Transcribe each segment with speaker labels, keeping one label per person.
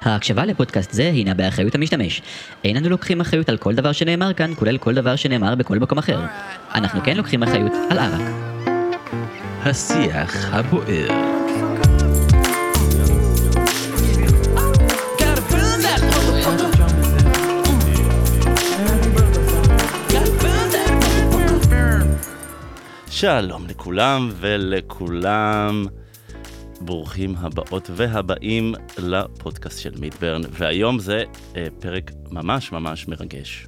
Speaker 1: ההקשבה לפודקאסט זה הינה באחריות המשתמש. אין אנו לוקחים אחריות על כל דבר שנאמר כאן, כולל כל דבר שנאמר בכל מקום אחר. אנחנו כן לוקחים אחריות על ערק.
Speaker 2: השיח הבוער.
Speaker 3: Gotta build that motherfucker. Gotta build that motherfucker.
Speaker 4: שלום לכולם ולכולם, ברוכים הבאות והבאים לפודקאסט של מידברן, והיום זה אה, פרק ממש ממש מרגש.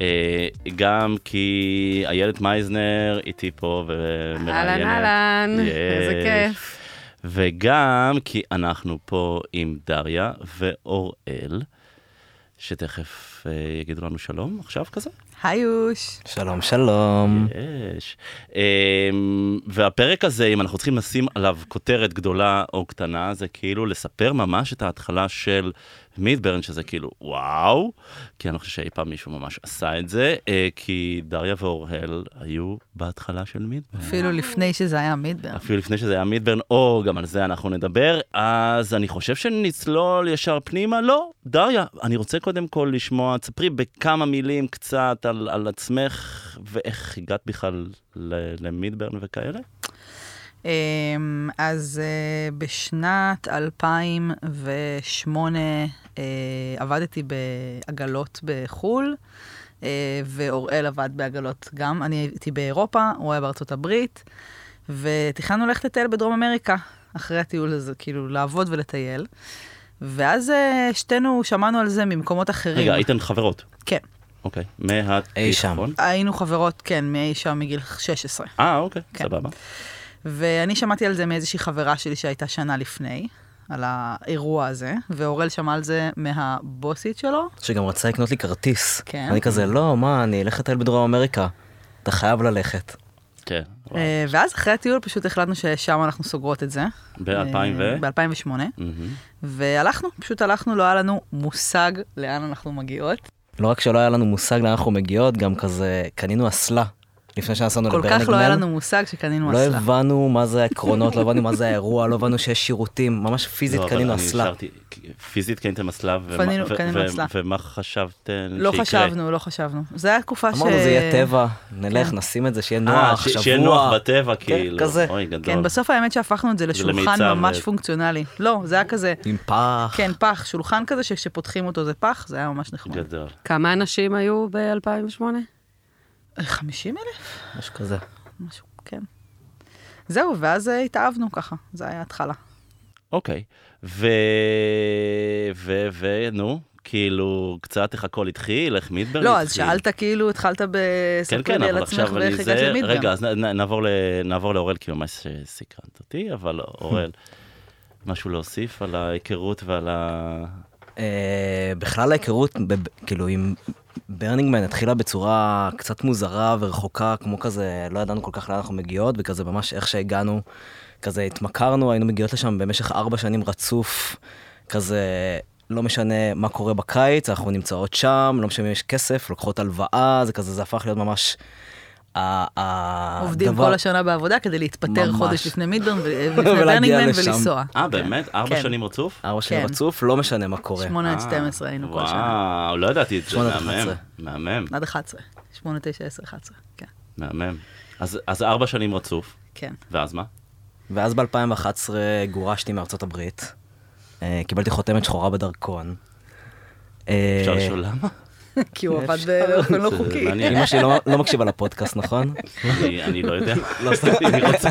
Speaker 4: אה, גם כי איילת מייזנר איתי פה ומראיינת.
Speaker 5: אהלן אהלן,
Speaker 4: יש.
Speaker 5: איזה כיף.
Speaker 4: וגם כי אנחנו פה עם דריה ואוראל, שתכף אה, יגידו לנו שלום עכשיו כזה.
Speaker 5: היוש.
Speaker 2: שלום שלום.
Speaker 4: יש. אמ, והפרק הזה, אם אנחנו צריכים לשים עליו כותרת גדולה או קטנה, זה כאילו לספר ממש את ההתחלה של מידברן, שזה כאילו וואו, כי אני לא חושב שאי פעם מישהו ממש עשה את זה, אה, כי דריה ואוראל היו בהתחלה של מידברן.
Speaker 6: אפילו לפני שזה היה מידברן.
Speaker 4: אפילו לפני שזה היה מידברן, או גם על זה אנחנו נדבר, אז אני חושב שנצלול ישר פנימה. לא, דריה, אני רוצה קודם כל לשמוע, תספרי בכמה מילים קצת על, על עצמך, ואיך הגעת בכלל ל- למידברן וכאלה.
Speaker 6: אמ, אז אה, בשנת 2008 אה, עבדתי בעגלות בחו"ל, אה, ואוראל עבד בעגלות גם. אני הייתי באירופה, הוא היה בארצות הברית, ותכננו ללכת לטייל בדרום אמריקה, אחרי הטיול הזה, כאילו לעבוד ולטייל. ואז אה, שתינו שמענו על זה ממקומות אחרים.
Speaker 4: רגע, הייתן חברות.
Speaker 6: כן.
Speaker 4: אוקיי, מהתיכון.
Speaker 2: אי שם.
Speaker 6: היינו חברות, כן, מאי שם מגיל 16.
Speaker 4: אה, אוקיי,
Speaker 6: כן.
Speaker 4: סבבה.
Speaker 6: ואני שמעתי על זה מאיזושהי חברה שלי שהייתה שנה לפני, על האירוע הזה, ואורל שמע על זה מהבוסית שלו.
Speaker 2: שגם רצה לקנות לי כרטיס.
Speaker 6: כן.
Speaker 2: אני כזה, לא, מה, אני אלך לטייל בדרום אמריקה. אתה חייב ללכת.
Speaker 4: כן,
Speaker 6: אה, ואז אחרי הטיול פשוט החלטנו ששם אנחנו סוגרות את זה.
Speaker 4: ב-2000 ו... Mm.
Speaker 6: ב-2008.
Speaker 4: מהמם.
Speaker 6: והלכנו, פשוט הלכנו, לא היה לנו מושג לאן אנחנו מגיעות.
Speaker 2: לא רק שלא היה לנו מושג לאן אנחנו מגיעות, גם כזה קנינו אסלה. לפני שנסענו
Speaker 6: כל
Speaker 2: לברנגמן.
Speaker 6: כך לא היה לנו מושג שקנינו
Speaker 2: לא
Speaker 6: אסלה.
Speaker 2: הבנו מה זה העקרונות, לא הבנו מה זה האירוע, לא הבנו שיש שירותים, ממש פיזית
Speaker 4: לא, אבל
Speaker 2: קנינו
Speaker 4: אני
Speaker 2: אסלה.
Speaker 4: נשארתי- פיזית קניתם אסלה, ומה-
Speaker 6: קנינו-
Speaker 4: ו-
Speaker 6: קנינו
Speaker 4: ו-
Speaker 6: אסלה.
Speaker 4: ומה חשבתן שיקרה?
Speaker 6: לא חשבנו, לא חשבנו. זו הייתה תקופה ש...
Speaker 2: אמרנו, זה יהיה טבע, נלך,
Speaker 6: אה, כן.
Speaker 2: נשים את זה, שיהיה
Speaker 4: אה,
Speaker 2: נוח,
Speaker 4: ש-
Speaker 2: שבוע.
Speaker 4: שיהיה נוח בטבע,
Speaker 2: כן,
Speaker 4: כאילו.
Speaker 2: כזה,
Speaker 4: אוי, גדול.
Speaker 6: כן, בסוף האמת שהפכנו את זה לשולחן
Speaker 4: למיצב,
Speaker 6: ממש
Speaker 4: אה.
Speaker 6: פונקציונלי. לא, זה היה כזה,
Speaker 2: עם פח.
Speaker 6: כן, פח, שולחן כזה שכשפותחים אותו זה פח, זה היה ממש נחמד.
Speaker 4: גדול.
Speaker 5: כמה אנשים היו ב-2008?
Speaker 6: 50 אלף?
Speaker 2: משהו כזה.
Speaker 6: משהו, כן. זהו, ואז אה, התאהבנו ככה, זה היה התחלה.
Speaker 4: אוקיי, ו... ו... ו... נו, כאילו, קצת איך הכל התחיל, איך מידברג התחיל.
Speaker 6: לא, אז שאלת כאילו, התחלת
Speaker 4: כן,
Speaker 6: בספר
Speaker 4: כן,
Speaker 6: לי על
Speaker 4: אבל
Speaker 6: עצמך
Speaker 4: עכשיו אני
Speaker 6: ואיך הגעת
Speaker 4: זה...
Speaker 6: למידברג.
Speaker 4: רגע, אז נ- נ- נעבור, ל... נעבור לאורל, כי ממש סקרנת אותי, אבל אורל, משהו להוסיף על ההיכרות ועל ה...
Speaker 2: אה, בכלל ההיכרות, ב- כאילו, עם ברנינגמן התחילה בצורה קצת מוזרה ורחוקה, כמו כזה, לא ידענו כל כך לאן אנחנו מגיעות, וכזה ממש איך שהגענו, כזה התמכרנו, היינו מגיעות לשם במשך ארבע שנים רצוף, כזה... לא משנה מה קורה בקיץ, אנחנו נמצאות שם, לא משנה אם יש כסף, לוקחות הלוואה, זה כזה, זה הפך להיות ממש... ה- ה-
Speaker 6: עובדים
Speaker 2: הדבר-
Speaker 6: כל השנה בעבודה כדי להתפטר
Speaker 2: ממש.
Speaker 6: חודש לפני מידברן ו-
Speaker 2: ולהגיע
Speaker 6: ולפני ברנינגמן
Speaker 2: לשם.
Speaker 6: ולנסוע.
Speaker 4: אה, באמת? ארבע
Speaker 6: כן.
Speaker 4: שנים רצוף?
Speaker 2: ארבע שנים
Speaker 6: כן.
Speaker 2: רצוף, לא משנה מה קורה.
Speaker 6: 8 עד
Speaker 4: אה,
Speaker 6: 12 היינו כל שנה.
Speaker 4: וואו, לא ידעתי את זה,
Speaker 2: שמונה עד
Speaker 4: מהמם,
Speaker 2: 11.
Speaker 4: מהמם,
Speaker 6: עד 11. 8, 9, 10, 11. כן,
Speaker 4: מהמם. אז אז ארבע שנים רצוף,
Speaker 6: כן.
Speaker 4: ואז מה?
Speaker 2: ואז ב-2011 גורשתי מארצות הברית, אה, קיבלתי חותמת שחורה בדרכון. אה,
Speaker 4: אפשר לשאול למה?
Speaker 6: כי הוא עבד באופן לא
Speaker 4: זה
Speaker 6: חוקי.
Speaker 4: מעניין.
Speaker 2: אמא שלי לא- לא מקשיבה לפודקאסט, נכון?
Speaker 4: אני, אני לא יודע. אם היא רוצה,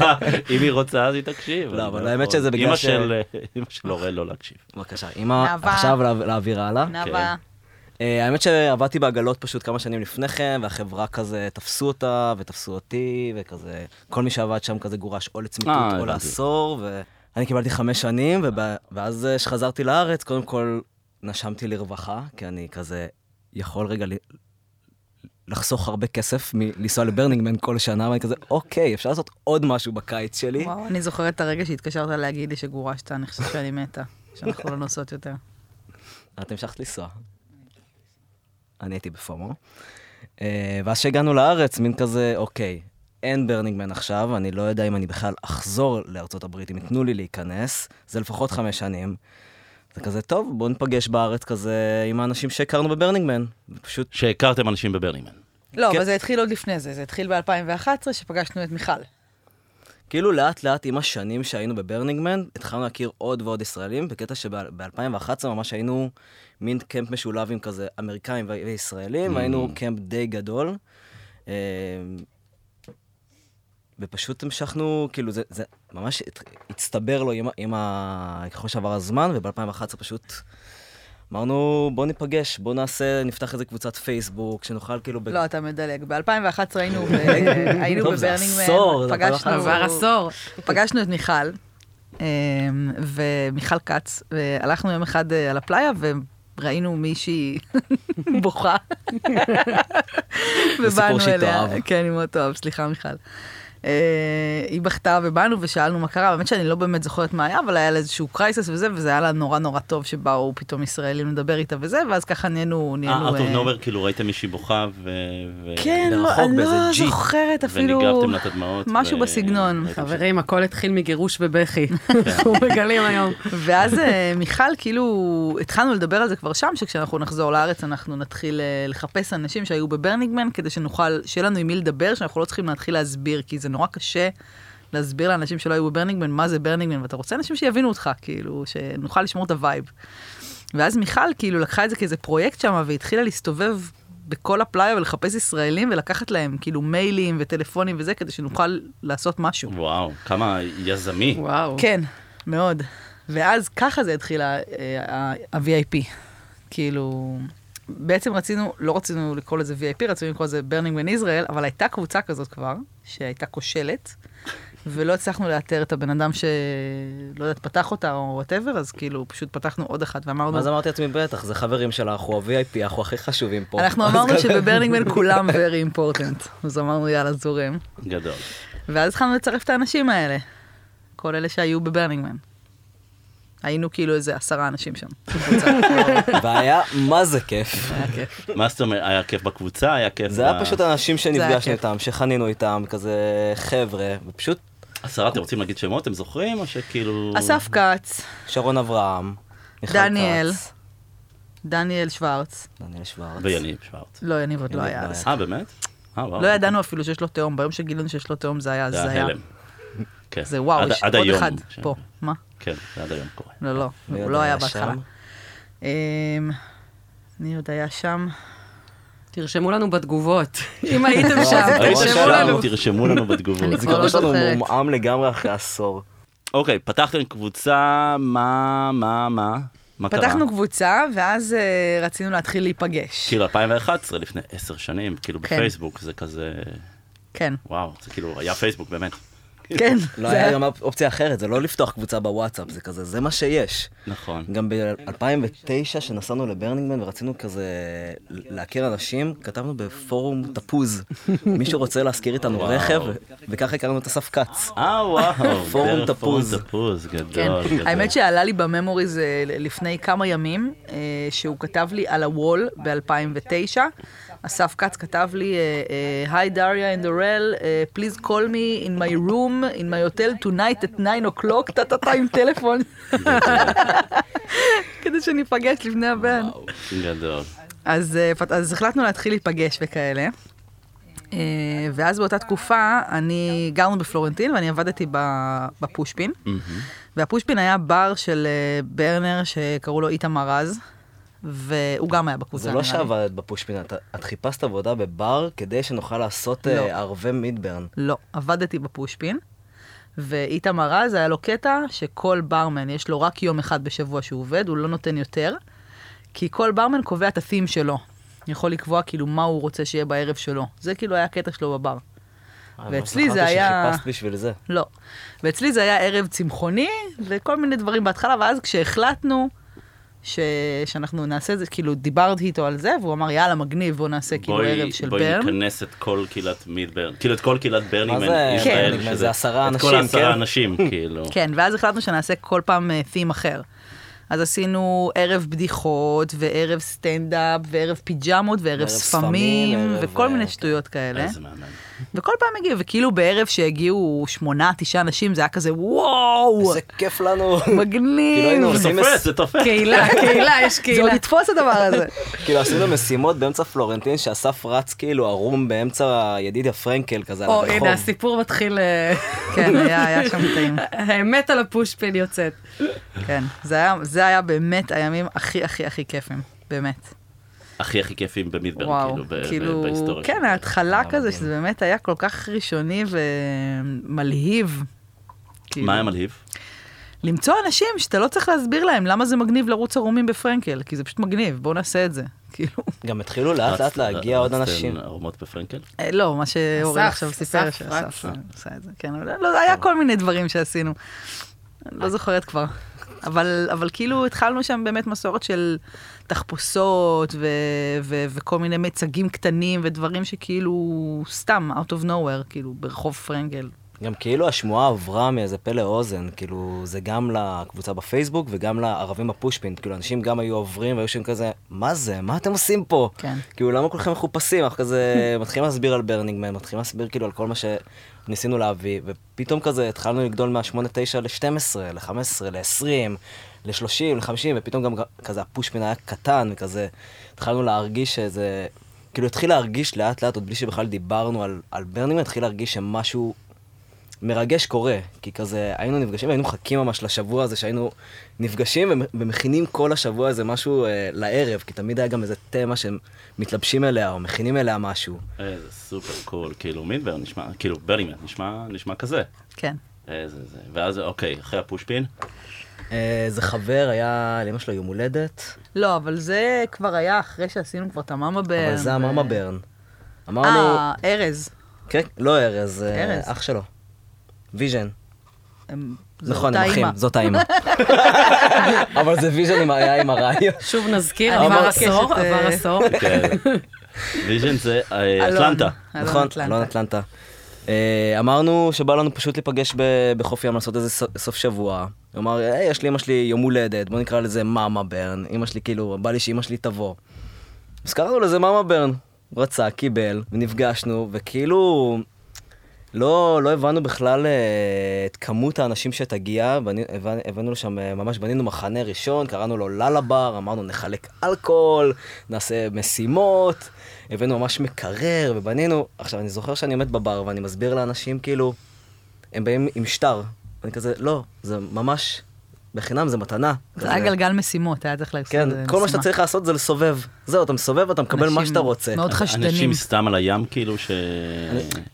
Speaker 4: אם היא רוצה, אז היא תקשיב.
Speaker 2: לא,
Speaker 4: אני
Speaker 2: אבל
Speaker 4: לא
Speaker 2: האמת
Speaker 4: יכול.
Speaker 2: שזה בגלל
Speaker 4: אמא
Speaker 2: ש-
Speaker 4: של... אמא של אורל לא להקשיב.
Speaker 2: בבקשה, אמא,
Speaker 6: נאווה.
Speaker 2: עכשיו להב- להעביר הלאה.
Speaker 6: נאווה.
Speaker 4: כן.
Speaker 2: אה, האמת שעבדתי בעגלות פשוט כמה שנים לפני כן, והחברה כזה תפסו אותה, ותפסו אותי, וכזה, כל מי שעבד שם כזה גורש או
Speaker 4: אה,
Speaker 2: לצמיתות או
Speaker 4: הבנתי.
Speaker 2: לעשור, ואני קיבלתי חמש שנים, וב- ואז אה, כשחזרתי לארץ, קודם כל נשמתי לרווחה, כי אני כזה יכול רגע ל- לחסוך הרבה כסף מלנסוע לברנינגמן כל שנה, ואני כזה, אוקיי, אפשר לעשות עוד משהו בקיץ שלי.
Speaker 6: וואו, אני זוכרת את הרגע שהתקשרת להגיד לי שגורשת, אני חושבת שאני מתה, שאנחנו לא נוסעות יותר.
Speaker 2: את המשכת לנסוע. אני הייתי בפומו. אה, ואז שהגענו לארץ, מין כזה, אוקיי, אין ברנינגמן עכשיו, אני לא יודע אם אני בכלל אחזור לארצות הברית, אם ייתנו לי להיכנס, זה לפחות חמש שנים. זה כזה, טוב, בואו ניפגש בארץ כזה עם האנשים שהכרנו בברנינגמן. פשוט,
Speaker 4: שהכרתם אנשים בברנימן.
Speaker 6: לא,
Speaker 2: כן.
Speaker 6: אבל זה התחיל עוד לפני זה, זה התחיל ב-2011, שפגשנו את מיכל.
Speaker 2: כאילו לאט לאט עם השנים שהיינו בברנינגמן, התחלנו להכיר עוד ועוד ישראלים, בקטע שב-2011 ממש היינו מין קמפ משולב עם כזה אמריקאים ו- וישראלים, היינו קמפ די גדול. אה, ופשוט המשכנו, כאילו זה, זה ממש הת- הצטבר לו עם, ה- עם ה... ככל שעבר הזמן, וב-2011 פשוט אמרנו, בוא ניפגש, בוא נעשה, נפתח איזה קבוצת פייסבוק, שנוכל כאילו... ב-
Speaker 6: לא, אתה מדלג. ב-2011 היינו ב- היינו
Speaker 2: טוב, זה
Speaker 6: בברנינגמן,
Speaker 2: עשור, זה
Speaker 6: פגשנו...
Speaker 5: עבר עשור.
Speaker 6: פגשנו את מיכל, אמ, ומיכל כץ, והלכנו יום אחד אה, על הפלאיה, וראינו מישהי בוכה. ובאנו
Speaker 2: שהיא
Speaker 6: אליה.
Speaker 2: תאהב.
Speaker 6: כן, היא מאוד תאהב, סליחה מיכל. אה, היא בכתה ובאנו ושאלנו מה קרה, באמת שאני לא באמת זוכרת מה היה, אבל היה לה איזשהו קרייסס וזה, וזה היה לה נורא נורא טוב שבאו פתאום ישראלים לדבר איתה וזה, ואז ככה נהיינו... נהיינו,
Speaker 4: אה, out of
Speaker 6: אה,
Speaker 4: nowhere, כאילו ראיתם מישהי בוכה ו... ו-
Speaker 6: כן, לא,
Speaker 2: מרחוק
Speaker 6: אני
Speaker 2: באיזה
Speaker 6: לא
Speaker 2: ג'יפ,
Speaker 6: זוכרת אפילו...
Speaker 4: וניגבתם לה את הדמעות.
Speaker 6: משהו
Speaker 4: ו-
Speaker 6: בסגנון.
Speaker 4: ראיתם ש-
Speaker 5: חברים, הכל התחיל מגירוש ובכי. אנחנו מגלים היום.
Speaker 6: ואז אה, מיכל, כאילו, התחלנו לדבר על זה כבר שם, שכשאנחנו נחזור לארץ אנחנו נתחיל אה, לחפש אנשים שהיו בברניגמן, כדי שנוכל, שיהיה לנו עם מי לדבר, שאנחנו לא צריכים להתחיל להסביר, כי זה נורא קשה להסביר לאנשים שלא היו בברניגמן מה זה ברניגמן, ואתה רוצה אנשים שיבינו אותך, כאילו, שנוכל לשמור את הווייב. ואז מיכל כאילו לקחה את זה כאיזה פרויקט שם, והתחילה להסתובב בכל הפלאיה ולחפש ישראלים, ולקחת להם כאילו מיילים וטלפונים וזה, כדי שנוכל לעשות משהו.
Speaker 4: וואו, כמה יזמי.
Speaker 5: וואו.
Speaker 6: כן, מאוד. ואז ככה זה אה, התחיל ה- ה- ה-VIP. כאילו, בעצם רצינו, לא רצינו לקרוא לזה VIP, רצינו לקרוא לזה ברנינג מן ישראל, אבל הייתה קבוצה כזאת כבר, שהייתה כושלת, ולא הצלחנו לאתר את הבן אדם שלא יודעת, פתח אותה או וואטאבר, אז כאילו, פשוט פתחנו עוד אחת ואמרנו...
Speaker 2: אז אמרתי לעצמי, בטח, זה חברים שלה, אנחנו ה-VIP, אנחנו הכי חשובים פה.
Speaker 6: אנחנו
Speaker 2: אז
Speaker 6: אמרנו
Speaker 2: כזה-
Speaker 6: שבברנינגמן כולם very important, אז אמרנו יאללה זורם.
Speaker 4: גדול.
Speaker 6: ואז התחלנו לצרף את האנשים האלה, כל אלה שהיו בברנינגמן. היינו כאילו איזה עשרה אנשים שם.
Speaker 2: והיה, מה זה כיף.
Speaker 4: מה זאת אומרת, היה כיף בקבוצה, היה כיף...
Speaker 2: זה היה
Speaker 4: ב-
Speaker 2: פשוט אנשים
Speaker 6: זה היה
Speaker 2: שנפגשנו
Speaker 6: כיף.
Speaker 2: איתם, שחנינו איתם, כזה חבר'ה, ופשוט
Speaker 4: עשרה, אתם רוצים להגיד שמות, אתם זוכרים? או שכאילו...
Speaker 6: אסף כץ,
Speaker 2: שרון אברהם, מיכל
Speaker 6: דניאל.
Speaker 2: כץ,
Speaker 6: דניאל שוורץ,
Speaker 2: דניאל שוורץ.
Speaker 4: ויניב שוורץ.
Speaker 6: לא, יניב עוד לא
Speaker 2: יניב
Speaker 6: היה
Speaker 2: לא
Speaker 6: אז.
Speaker 4: אה, באמת? אה, וואו.
Speaker 6: לא ידענו אפילו שיש לו תאום, ביום שגילינו שיש לו תאום זה היה
Speaker 4: זה
Speaker 6: הזיה.
Speaker 4: היה הלם. כן.
Speaker 6: זה וואו,
Speaker 4: עד-
Speaker 6: יש
Speaker 4: עד
Speaker 6: עוד
Speaker 4: היום.
Speaker 6: אחד
Speaker 4: כן.
Speaker 6: פה. מה?
Speaker 4: כן, זה עד היום קורה.
Speaker 6: לא, לא,
Speaker 2: מי
Speaker 6: הוא
Speaker 2: עוד
Speaker 6: לא היה
Speaker 2: שם?
Speaker 6: בהתחלה. אמ, מי עוד היה שם?
Speaker 5: תרשמו לנו בתגובות. אם הייתם
Speaker 6: וואו,
Speaker 5: שם,
Speaker 4: היית
Speaker 5: תרשמו
Speaker 4: שם,
Speaker 5: לנו.
Speaker 4: אוקיי, תרשמו לנו בתגובות.
Speaker 2: זה
Speaker 6: כבר
Speaker 2: כבר
Speaker 6: לא
Speaker 2: יש לנו
Speaker 6: זוכרת.
Speaker 2: מורמם לגמרי אחרי עשור.
Speaker 4: אוקיי, פתחתם קבוצה, מה, מה, מה? מה קרה?
Speaker 6: פתחנו קבוצה, ואז אה, רצינו להתחיל להיפגש.
Speaker 4: כאילו 2011, לפני עשר שנים, כאילו
Speaker 6: כן.
Speaker 4: בפייסבוק, זה כזה,
Speaker 6: כן,
Speaker 4: וואו, זה כאילו, היה פייסבוק באמת.
Speaker 6: כן.
Speaker 2: לא
Speaker 6: זה
Speaker 2: היה גם אופ- אופציה אחרת, זה לא לפתוח קבוצה בוואטסאפ, זה כזה, זה מה שיש.
Speaker 4: נכון.
Speaker 2: גם ב-2009, שנסענו לברנינגמן ורצינו כזה להכיר אנשים, כתבנו בפורום תפוז, מישהו רוצה להשכיר איתנו
Speaker 4: וואו.
Speaker 2: רכב, וככה הכרנו את אסף כץ.
Speaker 4: אה, וואו.
Speaker 2: פורום
Speaker 4: דרך
Speaker 2: תפוז.
Speaker 4: פורום תפוז, גדול.
Speaker 6: כן.
Speaker 4: גדול.
Speaker 6: האמת שעלה לי בממוריז אה, לפני כמה ימים, אה, שהוא כתב לי על הוול ב-2009. אסף כץ כתב לי, אה, אה, Hi Daria and Dorel, אה, please call me in my room, in my hotel tonight at 9 o'clock, טה-טה-טה עם טלפון, כדי שניפגש לפני הבן.
Speaker 4: גדול.
Speaker 6: אז, אה, פת- אז החלטנו להתחיל להיפגש וכאלה. אה, ואז באותה תקופה, אני גרנו בפלורנטין ואני עבדתי ב- בפושפין. והפושפין היה בר של אה, ברנר שקראו לו איתמר רז, והוא גם היה בקבוצה.
Speaker 2: זה לא
Speaker 6: נראה לי.
Speaker 2: שעבדת בפושפינה, את- את חיפשת עבודה בבר כדי שנוכל לעשות
Speaker 6: לא.
Speaker 2: אה, ערבי מידברן.
Speaker 6: לא, עבדתי בפושפין, ואיתמר רז היה לו קטע שכל ברמן, יש לו רק יום אחד בשבוע שהוא עובד, הוא לא נותן יותר, כי כל ברמן קובע את ה-theme שלו. יכול לקבוע כאילו מה הוא רוצה שיהיה בערב שלו. זה כאילו היה הקטע שלו בבר.
Speaker 4: אה, לא,
Speaker 6: ואצלי זה היה-
Speaker 2: שחיפשת בשביל זה.
Speaker 6: לא. ואצלי זה היה ערב צמחוני וכל מיני דברים בהתחלה, ואז כשהחלטנו ש... שאנחנו נעשה את זה, כאילו דיברתי איתו על זה, והוא אמר יאללה מגניב, בוא נעשה כאילו
Speaker 4: בואי-
Speaker 6: ערב של
Speaker 4: בואי
Speaker 6: ברן.
Speaker 4: נכנס את כל קהילת מידברן, כאילו את כל קהילת ברנימן
Speaker 2: זה
Speaker 4: ישראל,
Speaker 2: ברנימן?
Speaker 4: שזה-
Speaker 2: זה עשרה
Speaker 4: את כל
Speaker 2: אנשים,
Speaker 4: העשרה
Speaker 2: כן?
Speaker 4: אנשים, כאילו.
Speaker 6: כן, ואז החלטנו שנעשה כל פעם אה, theme אחר. אז עשינו ערב בדיחות, וערב סטנדאפ, וערב פיג'מות, וערב
Speaker 2: וערב
Speaker 6: ספמים,
Speaker 2: ספמים, ערב,
Speaker 6: וכל
Speaker 2: אה,
Speaker 6: מיני שטויות כאלה.
Speaker 4: איזה מאמן.
Speaker 6: וכל פעם הגיעו, וכאילו בערב שהגיעו שמונה, תשעה אנשים, זה היה כזה וואו,
Speaker 2: איזה כיף לנו. כאילו
Speaker 6: מגניב.
Speaker 2: היינו
Speaker 4: זה
Speaker 2: עושים
Speaker 4: תופס, זה תופס.
Speaker 6: כן.
Speaker 5: קהילה, קהילה, יש
Speaker 6: זה עוד
Speaker 5: קהילה.
Speaker 6: יתפוס הדבר הזה.
Speaker 2: כאילו עשינו משימות באמצע פלורנטין שאסף רץ כאילו ערום באמצע ידידיה פרנקל כזה על
Speaker 5: או,
Speaker 2: הרחוב.
Speaker 5: הנה, הסיפור מתחיל... אה,
Speaker 6: כן, היה היה שם טעים.
Speaker 5: האמת על הפושפין יוצאת.
Speaker 6: כן, זה היה, זה היה באמת הימים הכי הכי הכי כיפים, באמת.
Speaker 4: הכי הכי כיפים במדבר,
Speaker 6: וואו,
Speaker 4: כאילו, ב- ב-
Speaker 6: כאילו,
Speaker 4: בהיסטוריה.
Speaker 6: כן,
Speaker 4: שלנו.
Speaker 6: ההתחלה
Speaker 2: היה
Speaker 6: כזה,
Speaker 2: מדהים.
Speaker 6: שזה באמת היה כל כך ראשוני ומלהיב. כאילו,
Speaker 4: מה היה מלהיב?
Speaker 6: למצוא אנשים שאתה לא צריך להסביר להם למה זה מגניב לרוץ ערומים בפרנקל, כי זה פשוט מגניב, בואו נעשה את זה. כאילו,
Speaker 2: גם התחילו לאט לאט
Speaker 4: רצת-
Speaker 2: להגיע עוד
Speaker 4: רצתן
Speaker 2: אנשים.
Speaker 4: ערומות בפרנקל?
Speaker 6: אה, לא, מה שאורן
Speaker 5: אסף,
Speaker 6: עכשיו סיפר,
Speaker 5: אסף רץ.
Speaker 6: שאסף עשה את זה, כן, אבל לא, היה כל מיני דברים שעשינו. אני
Speaker 5: אה.
Speaker 6: לא זוכרת כבר. אבל, אבל כאילו התחלנו שם באמת מסורת של תחפושות ו, ו, וכל מיני מיצגים קטנים ודברים שכאילו סתם out of nowhere, כאילו ברחוב פרנגל.
Speaker 2: גם כאילו השמועה עברה מאיזה פה לאוזן, כאילו זה גם לקבוצה בפייסבוק וגם לערבים בפושפינט, כאילו אנשים גם היו עוברים והיו שם כזה, מה זה, מה אתם עושים פה?
Speaker 6: כן.
Speaker 2: כאילו למה כולכם מחופשים? אנחנו כזה מתחילים להסביר על ברנינגמן, מתחילים להסביר כאילו על כל מה שניסינו להביא, ופתאום כזה התחלנו לגדול מה-8-9 ל-12, ל-15, ל-20, ל-30, ל-50, ופתאום גם כזה הפושפינט היה קטן, וכזה התחלנו להרגיש שזה... כאילו התחיל להרגיש לאט לאט, עוד בלי שבכלל דיברנו על, על ברנינגמן, התחיל להרגיש שמשהו מרגש קורה, כי כזה היינו נפגשים והיינו מחכים ממש לשבוע הזה שהיינו נפגשים ומ- ומכינים כל השבוע איזה משהו אה, לערב, כי תמיד היה גם איזה תמה שהם מתלבשים אליה או מכינים אליה משהו.
Speaker 4: איזה סופר קול, כאילו מינבר נשמע, כאילו ברלימן נשמע, נשמע כזה.
Speaker 6: כן.
Speaker 4: איזה זה, ואז אוקיי, אחרי הפושפין,
Speaker 2: אה, איזה חבר היה, לאמא שלו יום הולדת,
Speaker 6: לא, אבל זה כבר היה אחרי שעשינו כבר את המאמה ברן.
Speaker 2: אבל זה המאמה ברן. אמרנו,
Speaker 6: כן, אה, ארז.
Speaker 2: כן, לא ארז, אה,
Speaker 6: ארז.
Speaker 2: אח שלו, ויז'ן.
Speaker 6: הם- זו
Speaker 2: נכון,
Speaker 6: אותה
Speaker 2: הם אחים,
Speaker 6: אימא.
Speaker 2: זאת האימא. אבל זה ויז'ן עם- היה עם הרעיון.
Speaker 5: שוב נזכיר,
Speaker 6: אני
Speaker 5: עבר
Speaker 6: מבקשת,
Speaker 5: עשור,
Speaker 6: אה,
Speaker 5: עבר עשור.
Speaker 4: כן. ויז'ן זה אה,
Speaker 6: אלון.
Speaker 4: אטלנטה.
Speaker 6: אלון
Speaker 2: נכון,
Speaker 6: אטלנטה.
Speaker 2: אלון אטלנטה. אה, אמרנו שבא לנו פשוט להיפגש ב- בחוף ים, לעשות איזה ס- סוף שבוע. הוא אמר, היי, יש לאמא שלי יום הולדת, בוא נקרא לזה מאמה ברן. אמא שלי, כאילו, בא לי שאמא שלי תבוא. אז קראנו לזה מאמה ברן. הוא רצה, קיבל, ונפגשנו, וכאילו... לא, לא הבנו בכלל אה, את כמות האנשים שתגיע, בני- הבנ- הבאנו לשם, אה, ממש בנינו מחנה ראשון, קראנו לו לאלה בר, אמרנו נחלק אלכוהול, נעשה משימות, הבאנו ממש מקרר ובנינו. עכשיו, אני זוכר שאני עומד בבר ואני מסביר לאנשים, כאילו, הם באים עם שטר. אני כזה, לא, זה ממש, בחינם זה מתנה.
Speaker 6: זה היה
Speaker 2: כזה,
Speaker 6: גלגל משימות, היה צריך לעשות
Speaker 2: כן,
Speaker 6: איזה
Speaker 2: כל מה שאתה
Speaker 6: משימה.
Speaker 2: צריך לעשות זה לסובב. זהו, אתה מסובב, אתה מקבל מה
Speaker 6: אנשים
Speaker 2: שאתה רוצה.
Speaker 6: מאוד חשדנים.
Speaker 4: אנשים סתם על הים, כאילו, ש...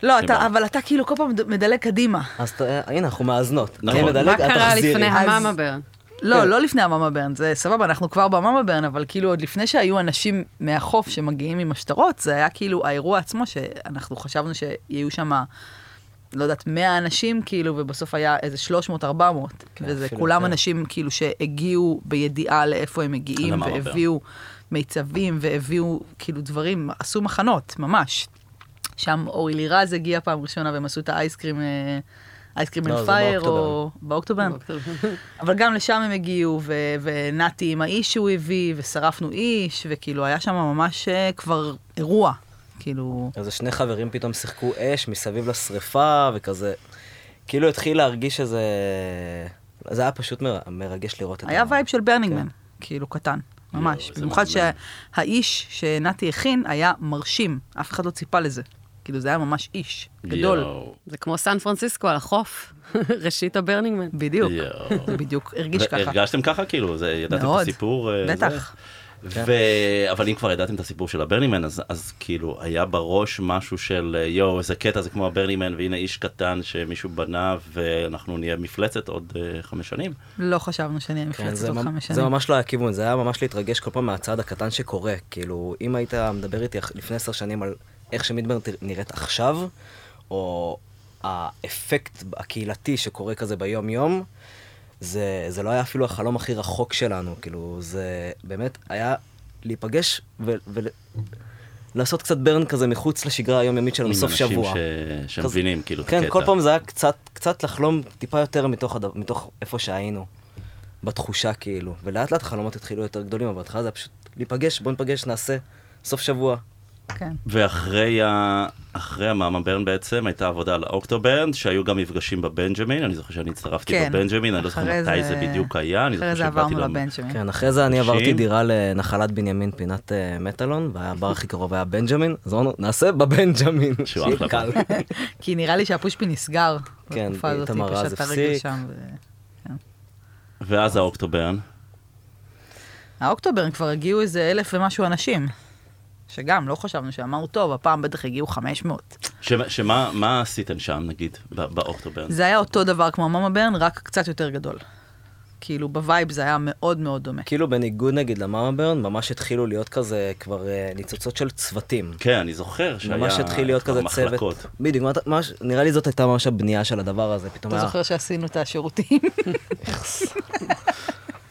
Speaker 6: לא,
Speaker 4: שבא.
Speaker 6: אתה, אבל אתה כאילו כל פעם מדלג קדימה.
Speaker 2: אז אתה- אה, הנה, אנחנו מאזנות.
Speaker 4: נכון.
Speaker 2: כן, מדלג,
Speaker 5: מה
Speaker 2: את
Speaker 5: קרה
Speaker 2: תחזירי.
Speaker 5: לפני
Speaker 6: אז-
Speaker 5: המאמה ברן?
Speaker 6: לא,
Speaker 2: כן.
Speaker 6: לא לפני המאמה ברן, זה סבבה, אנחנו כבר במאמה ברן, אבל כאילו עוד לפני שהיו אנשים מהחוף שמגיעים עם השטרות, זה היה כאילו האירוע עצמו, שאנחנו חשבנו שיהיו שם, לא יודעת, 100 אנשים, כאילו, ובסוף היה איזה 300-400, וזה
Speaker 2: כן, אפילו
Speaker 6: כולם
Speaker 2: יותר.
Speaker 6: אנשים כאילו שהגיעו בידיעה לאיפה הם מגיעים,
Speaker 4: למאמה ברן.
Speaker 6: והביאו מיצבים, והביאו כאילו דברים, עשו מחנות, ממש. שם אורי לירז הגיע פעם ראשונה, והם עשו את האייסקרים, אה, אייסקרים
Speaker 2: לא,
Speaker 6: אנד
Speaker 2: זה
Speaker 6: פייר,
Speaker 2: באוקטובר.
Speaker 6: או... באוקטובר? אבל גם לשם הם הגיעו, ו- ונתי עם האיש שהוא הביא, ושרפנו איש, וכאילו היה שם ממש אה, כבר אירוע, כאילו...
Speaker 2: אז שני חברים פתאום שיחקו אש מסביב לשריפה וכזה. כאילו התחיל להרגיש שזה... זה היה פשוט מר... מרגש לראות את
Speaker 6: היה
Speaker 2: ה-
Speaker 6: וייב של ברנינגמן, כאילו קטן, ממש.
Speaker 4: כן. יואו, זה
Speaker 6: במיוחד
Speaker 4: מדהים.
Speaker 6: שהאיש שנתי הכין היה מרשים, אף אחד לא ציפה לזה. כאילו זה היה ממש איש, גדול,
Speaker 4: יואו,
Speaker 5: זה כמו סן פרנסיסקו על החוף, ראשית הברנינגמן.
Speaker 6: בדיוק,
Speaker 4: יואו.
Speaker 6: זה בדיוק הרגיש ככה.
Speaker 4: הרגשתם ככה? כאילו, זה- ידעתם את
Speaker 6: מאוד.
Speaker 4: הסיפור? אה,
Speaker 6: בטח. כן.
Speaker 4: זה? ו... אבל אם כבר ידעתם את הסיפור של הברנימן, אז, אז כאילו היה בראש משהו של אה, יואו, איזה קטע זה כמו הברנימן, והנה איש קטן שמישהו בנה, ואנחנו נהיה מפלצת עוד אה, חמש שנים.
Speaker 6: לא חשבנו שנהיה
Speaker 2: כן,
Speaker 6: מפלצת
Speaker 2: זה,
Speaker 6: עוד
Speaker 2: ממ-
Speaker 6: חמש
Speaker 2: זה
Speaker 6: שנים.
Speaker 2: ממש לא היה כיוון, זה היה ממש להתרגש כל פעם מהצעד הקטן שקורה. כאילו, אם היית מדבר איתי אח- לפני עשר שנים על איך שמידברן תר- נראית עכשיו, או האפקט הקהילתי שקורה כזה ביום-יום, זה, זה לא היה אפילו החלום הכי רחוק שלנו. כאילו, זה באמת היה להיפגש ו... ול- לעשות קצת ברן כזה מחוץ לשגרה היומיומית שלנו, סוף שבוע.
Speaker 4: עם אנשים ש... שמבינים, כאילו, את
Speaker 2: כן,
Speaker 4: הקטע.
Speaker 2: כל פעם זה היה קצת, קצת לחלום טיפה יותר מתוך, הדבר, מתוך איפה שהיינו, בתחושה כאילו. ולאט לאט חלומות התחילו יותר גדולים, אבל בהתחלה זה היה פשוט להיפגש, בוא ניפגש, נעשה סוף שבוע.
Speaker 6: כן.
Speaker 4: ואחרי ה... אחרי המאמה ברן בעצם הייתה עבודה על האוקטוברן, שהיו גם מפגשים בבנג'מין, אני זוכר שאני הצטרפתי
Speaker 6: כן.
Speaker 4: בבנג'מין, אני לא זוכר
Speaker 6: אחרי
Speaker 4: מתי זה בדיוק היה, אני זוכר
Speaker 6: אחרי זה
Speaker 4: שבאתי
Speaker 6: עברנו
Speaker 4: למ-
Speaker 6: לבנג'מין.
Speaker 2: כן, אחרי זה אני
Speaker 4: נשים.
Speaker 2: עברתי דירה לנחלת בנימין, פינת אה, מטאלון, והבר הכי קרוב היה בנג'מין, אז אמרנו, נעשה בבנג'מין,
Speaker 4: שהוא
Speaker 2: שיהיה
Speaker 4: אחלה
Speaker 2: קל.
Speaker 6: כי נראה לי שהפושפי נסגר.
Speaker 2: כן,
Speaker 6: בתקופה הזאת,
Speaker 2: איתמר רז
Speaker 6: פשט הרגל
Speaker 2: הפסיק.
Speaker 6: שם, ו-
Speaker 4: ואז האוקטוברן,
Speaker 6: האוקטוברן כבר הגיעו איזה אלף ומשהו אנשים, שגם לא חשבנו שאמרנו, טוב, הפעם בטח הגיעו 500.
Speaker 4: ש... שמה מה עשיתם שם נגיד, ב- באוקטוברן?
Speaker 6: זה היה אותו דבר כמו מאמה ברן, רק קצת יותר גדול. כאילו, בווייב זה היה מאוד מאוד דומה.
Speaker 2: כאילו בניגוד נגיד למאמה ברן, ממש התחילו להיות כזה כבר אה, ניצוצות של צוותים.
Speaker 4: כן, אני זוכר שהיה...
Speaker 2: ממש התחיל להיות
Speaker 4: כבר
Speaker 2: כזה צוות.
Speaker 4: מחלקות.
Speaker 2: בדיוק, ממש- נראה לי זאת הייתה ממש הבנייה של הדבר הזה, פתאום
Speaker 6: אתה
Speaker 2: היה...
Speaker 6: זוכר שעשינו את השירותים?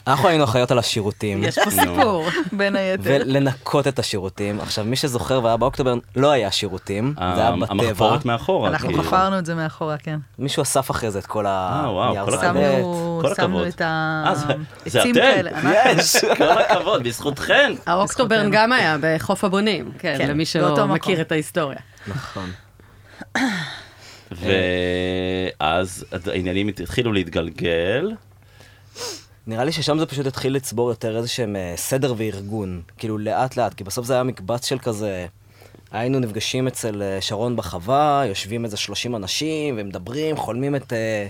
Speaker 2: אנחנו היינו אחיות על השירותים.
Speaker 6: יש
Speaker 4: לא.
Speaker 6: פה סיפור, בין היתר.
Speaker 2: ולנקות את השירותים. עכשיו, מי שזוכר והיה באוקטוברן, לא היה שירותים, זה היה בטבע.
Speaker 4: אה, המחפורת מאחורה.
Speaker 6: אנחנו
Speaker 4: כאילו.
Speaker 6: חפרנו את זה מאחורה, כן.
Speaker 2: מישהו אסף אחרי זה את כל
Speaker 4: אה, וואו,
Speaker 2: הנייר
Speaker 4: כל הכבוד.
Speaker 6: שמנו
Speaker 4: כל הכבוד.
Speaker 6: שמנו את ה-
Speaker 4: אה, זה- זה
Speaker 6: עצים
Speaker 4: אתם?
Speaker 6: כאלה. אנחנו-
Speaker 4: יש! כל הכבוד, בזכותכן.
Speaker 5: האוקטוברן
Speaker 6: בזכותנו.
Speaker 5: גם היה בחוף הבונים, כן,
Speaker 6: כן,
Speaker 5: למי
Speaker 6: באותו
Speaker 5: שלא מכיר
Speaker 6: מקום.
Speaker 5: את ההיסטוריה.
Speaker 2: נכון. אה.
Speaker 4: ואז הד- העניינים התחילו להתגלגל.
Speaker 2: נראה לי ששם זה פשוט התחיל לצבור יותר איזה שהם אה, סדר וארגון, כאילו לאט לאט, כי בסוף זה היה מקבץ של כזה, היינו נפגשים אצל אה, שרון בחווה, יושבים איזה 30 אנשים ומדברים, חולמים את... אה,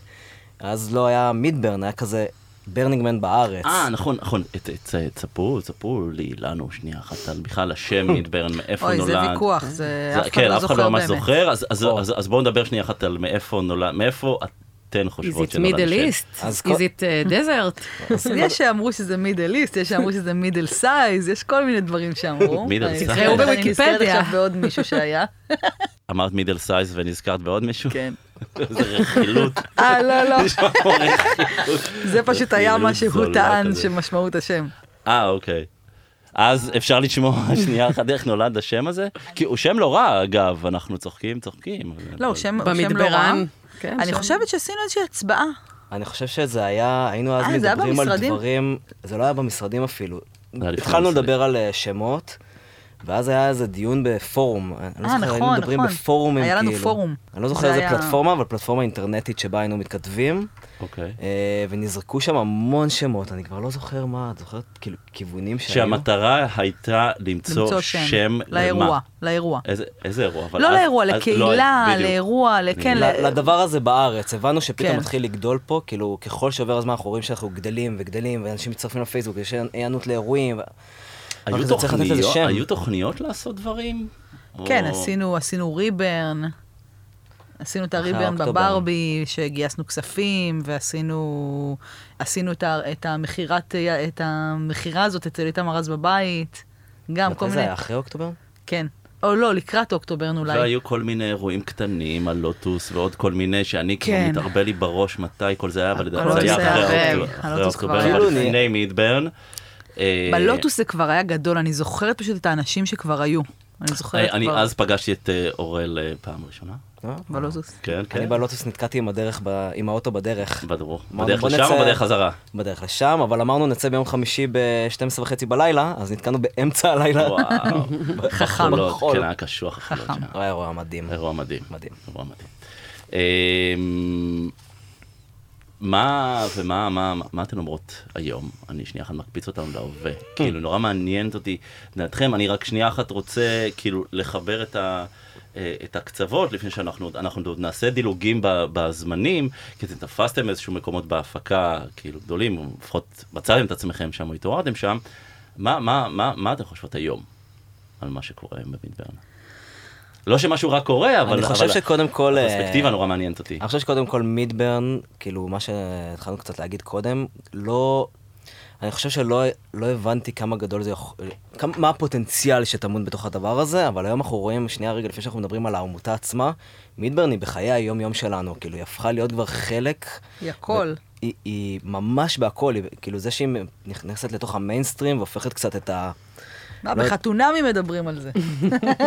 Speaker 2: אז לא היה מידברן, היה כזה ברנינגמן בארץ.
Speaker 4: אה, נכון, נכון. את- את- תספרו, תספרו לי, לנו, שנייה אחת, על בכלל השם מידברן, מאיפה
Speaker 6: אוי,
Speaker 4: נולד.
Speaker 6: זה ויכוח, זה
Speaker 4: זה-
Speaker 6: אף אחד
Speaker 4: כן,
Speaker 6: לא
Speaker 4: אף אחד לא
Speaker 6: זוכר
Speaker 4: ממש
Speaker 6: באמת.
Speaker 4: זוכר, אז- אז-
Speaker 2: או.
Speaker 4: אז- אז בואו נדבר שנייה אחת על מאיפה נולד, מאיפה אתן
Speaker 5: Is
Speaker 4: חושבות
Speaker 5: it
Speaker 4: שנולד
Speaker 5: middle
Speaker 4: השם.
Speaker 5: east?
Speaker 2: אז
Speaker 5: Is
Speaker 2: כל-
Speaker 5: it uh, desert?
Speaker 6: אז יש שאמרו שזה מידל איסט, יש שאמרו שזה מידל סייז, יש כל מיני דברים שאמרו.
Speaker 4: Middle
Speaker 6: אני-
Speaker 4: size.
Speaker 5: תקראו בוויקיפדיה.
Speaker 6: אני נזכרת עכשיו בעוד מישהו שהיה.
Speaker 4: אמרת מידל סייז ונזכרת בעוד מישהו?
Speaker 6: כן.
Speaker 4: איזה רכילות.
Speaker 6: אה, לא, לא.
Speaker 4: נשמע כמו רכילות.
Speaker 6: זה פשוט היה מה שהוא
Speaker 4: זולה
Speaker 6: טען
Speaker 4: כזה.
Speaker 6: שמשמעות השם.
Speaker 4: אה, אוקיי. אז אפשר לשמוע שנייה אחת איך נולד השם הזה? כי הוא שם לא רע, אגב, אנחנו צוחקים, צוחקים. אבל-
Speaker 6: לא, הוא שם הוא שם לא רע.
Speaker 5: במדברן. כן,
Speaker 6: אני
Speaker 5: שם.
Speaker 6: חושבת שעשינו איזושהי הצבעה.
Speaker 2: אני חושב שזה היה, היינו אז
Speaker 6: אה, זה היה
Speaker 2: מדברים על
Speaker 6: במשרדים?
Speaker 2: דברים, זה לא היה במשרדים אפילו.
Speaker 4: היה לפני
Speaker 2: התחלנו
Speaker 4: המשרדים.
Speaker 2: לדבר על אה, שמות, ואז היה איזה דיון בפורום. אני לא
Speaker 6: אה,
Speaker 2: זוכר, היינו
Speaker 6: נכון,
Speaker 2: מדברים
Speaker 6: נכון.
Speaker 2: בפורומים,
Speaker 6: היה
Speaker 2: כאילו.
Speaker 6: לנו פורום.
Speaker 2: אני לא זוכר
Speaker 6: זה
Speaker 2: איזה
Speaker 6: היה-
Speaker 2: פלטפורמה, אבל פלטפורמה אינטרנטית שבה היינו מתכתבים,
Speaker 4: אוקיי.
Speaker 2: אה, ונזרקו שם המון שמות, אני כבר לא זוכר מה, את זוכרת כאילו כיוונים שהיו?
Speaker 4: שהמטרה הייתה למצוא
Speaker 6: אוקיי. למצוא שם.
Speaker 4: שם
Speaker 6: לאירוע,
Speaker 4: למה?
Speaker 6: לאירוע.
Speaker 4: איזה- איזה אירוע? אבל
Speaker 6: לא
Speaker 4: אז-
Speaker 6: לאירוע,
Speaker 4: אז- לא,
Speaker 6: לקהילה,
Speaker 4: בדיוק.
Speaker 6: לאירוע, ל- כן, ל-
Speaker 2: ל- לדבר הזה בארץ, הבנו שפתאום
Speaker 6: כן.
Speaker 2: מתחיל לגדול פה, כאילו ככל שעובר הזמן אנחנו רואים שאנחנו גדלים וגדלים, ואנשים מצטרפים לפייסבוק, יש היענות לאירועים. ו-
Speaker 4: היו
Speaker 2: אבל זה צריך לתת לזה
Speaker 4: תוכניות-
Speaker 2: שם.
Speaker 4: היו תוכניות לעשות דברים?
Speaker 6: כן,
Speaker 4: או-
Speaker 6: עשינו, עשינו ריברן, עשינו את הריברן
Speaker 2: האוקטובר.
Speaker 6: בברבי, שגייסנו כספים, ועשינו עשינו את, ה, את, המכירת, את המכירה הזאת אצל איתמר רז בבית, גם
Speaker 2: מתי
Speaker 6: כל מיני...
Speaker 2: זה היה? לא אחרי אוקטובר?
Speaker 6: כן. או לא, לקראת אוקטוברן אולי.
Speaker 4: והיו לא כל מיני אירועים קטנים, הלוטוס ועוד כל מיני, שאני כאילו
Speaker 6: כן.
Speaker 4: מתערבב לי בראש מתי כל זה היה, אבל זה
Speaker 6: הלוטוס
Speaker 4: היה
Speaker 6: היה
Speaker 4: אחרי
Speaker 6: אחרי,
Speaker 4: אוקטובר, אחרי
Speaker 6: הלוטוס
Speaker 4: אוקטובר,
Speaker 6: כבר
Speaker 2: היה.
Speaker 4: אבל
Speaker 2: כאילו, אני-
Speaker 4: לפני מידברן. אה,
Speaker 6: בלוטוס זה כבר היה גדול, אני זוכרת פשוט את האנשים שכבר היו. אני זוכרת
Speaker 4: אני
Speaker 6: כבר.
Speaker 4: אז פגשתי את אה, אורל אה, פעם ראשונה.
Speaker 2: לא?
Speaker 6: בלוטוס.
Speaker 4: כן, כן.
Speaker 2: אני בלוטוס נתקעתי עם הדרך, ב- עם האוטו בדרך.
Speaker 4: בדרור.
Speaker 2: אמרנו,
Speaker 4: בדרך
Speaker 2: בוא
Speaker 4: לשם או
Speaker 2: נצא-
Speaker 4: בדרך חזרה?
Speaker 2: בדרך לשם, אבל אמרנו נצא ביום חמישי ב-12 וחצי בלילה, אז נתקענו באמצע הלילה.
Speaker 4: וואו.
Speaker 6: חכם.
Speaker 4: בחולות,
Speaker 2: בחול.
Speaker 4: כן, היה קשוח. החולות
Speaker 6: חכם.
Speaker 4: שם.
Speaker 2: היה אירוע מדהים.
Speaker 4: אירוע מדהים.
Speaker 2: מדהים.
Speaker 4: אירוע מדהים. אמ, מה ומה מה, מה, מה אתן אומרות היום? אני שנייה אחת מקפיץ אותנו להווה.
Speaker 2: כן.
Speaker 4: כאילו, נורא מעניינת אותי דעתכם. אני רק שנייה אחת רוצה, כאילו, לחבר את ה... אה, את הקצוות לפני שאנחנו עוד- אנחנו עוד נעשה דילוגים ב- בזמנים כי אתם תפסתם איזשהו מקומות בהפקה כאילו גדולים או לפחות מצאתם את עצמכם שם או התעוררתם שם. מה מה מה מה אתם חושבות היום על מה שקורה היום במדברן? לא שמשהו רק קורה אבל
Speaker 2: אני חושב
Speaker 4: אבל
Speaker 2: שקודם כל... אה,
Speaker 4: הפרספקטיבה נורא מעניינת אותי.
Speaker 2: אני חושב שקודם כל מידברן, כאילו מה שהתחלנו קצת להגיד קודם, לא... אני חושב שלא לא הבנתי כמה גדול זה יכול... כמה, מה הפוטנציאל שטמון בתוך הדבר הזה, אבל היום אנחנו רואים, שנייה רגע לפני שאנחנו מדברים על העמותה עצמה, מידברן היא בחיי היום-יום שלנו, כאילו היא הפכה להיות כבר חלק...
Speaker 6: היא הכל.
Speaker 2: ו- היא, היא ממש בהכל, היא, כאילו זה שהיא נכנסת לתוך המיינסטרים והופכת קצת את ה...
Speaker 6: מה,
Speaker 2: לא-
Speaker 6: בחתונמי מדברים על זה.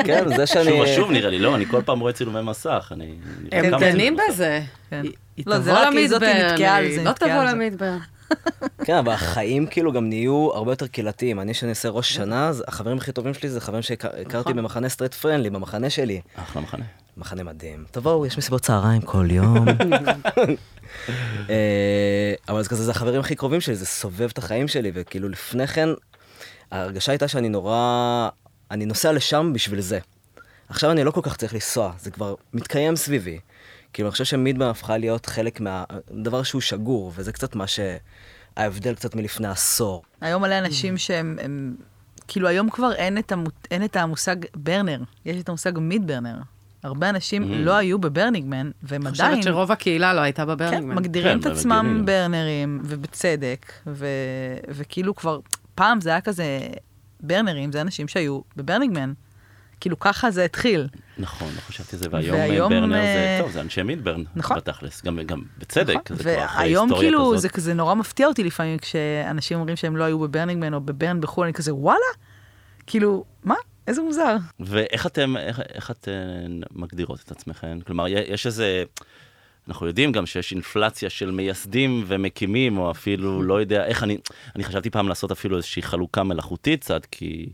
Speaker 2: כן, זה שאני...
Speaker 4: שוב ושוב נראה לי, לא? אני כל פעם רואה צילומי מסך. אני- אני-
Speaker 5: הם
Speaker 4: כמה
Speaker 5: דנים
Speaker 4: צילומי מסך.
Speaker 5: בזה.
Speaker 6: כן.
Speaker 5: היא- היא
Speaker 6: לא, זה
Speaker 5: תבוא
Speaker 6: רק היא, זאת היא
Speaker 5: למדברן,
Speaker 6: נתקעה על
Speaker 5: היא
Speaker 6: זה,
Speaker 5: לא
Speaker 6: נתקעה
Speaker 5: תבוא
Speaker 6: על זה.
Speaker 5: למדברן.
Speaker 2: כן, אבל החיים כאילו גם נהיו הרבה יותר קהילתיים. אני, כשאני עושה ראש שנה, אז החברים הכי טובים שלי זה חברים שהכרתי במחנה סטרייט פרנדלי, במחנה שלי.
Speaker 4: אה, אחלה מחנה.
Speaker 2: מחנה מדהים. תבואו, יש מסיבות צהריים כל יום. אה, אבל זה כזה, זה החברים הכי קרובים שלי, זה סובב את החיים שלי, וכאילו לפני כן, ההרגשה הייתה שאני נורא... אני נוסע לשם בשביל זה. עכשיו אני לא כל כך צריך לנסוע, זה כבר מתקיים סביבי. כאילו, אני חושב שמידמן הפכה להיות חלק מה... דבר שהוא שגור, וזה קצת מה ש... ההבדל קצת מלפני עשור.
Speaker 6: היום מלא
Speaker 5: Mm.
Speaker 6: אנשים שהם, הם, כאילו היום כבר אין את, המות, אין את המושג ברנר, יש את המושג מיד ברנר. הרבה אנשים לא היו בברנינגמן, והם
Speaker 5: Mm. אני
Speaker 6: עדיין
Speaker 5: חושבת שרוב הקהילה לא הייתה
Speaker 6: כן,
Speaker 5: בברנגמן.
Speaker 6: מגדירים
Speaker 4: כן,
Speaker 6: את
Speaker 4: אבל
Speaker 6: עצמם
Speaker 4: הגיוני.
Speaker 6: ברנרים, ובצדק, ו, וכאילו כבר, פעם זה היה כזה, ברנרים זה אנשים שהיו בברנינגמן. כאילו ככה זה התחיל.
Speaker 4: נכון, לא חשבתי על זה, והיום
Speaker 6: והיום,
Speaker 4: אה, ברנר זה,
Speaker 6: אה,
Speaker 4: טוב, זה אנשי מילברן,
Speaker 6: נכון.
Speaker 4: בתכלס, גם- גם בצדק,
Speaker 6: נכון?
Speaker 4: זה כבר אחרי
Speaker 6: והיום
Speaker 4: היסטוריה
Speaker 6: כאילו
Speaker 4: כזאת.
Speaker 6: זה כזה נורא מפתיע אותי לפעמים כשאנשים אומרים שהם לא היו בברנינגמן או בברן בחו"ל, אני כזה וואלה? כאילו, מה? איזה מוזר.
Speaker 4: ואיך אתם, איך, איך אתן מגדירות את עצמכן? כלומר, יה- יש איזה, אנחנו יודעים גם שיש אינפלציה של מייסדים ומקימים, או אפילו, לא יודע, איך אני, אני חשבתי פעם לעשות אפילו איזושהי חלוקה מלאכותית קצת, כי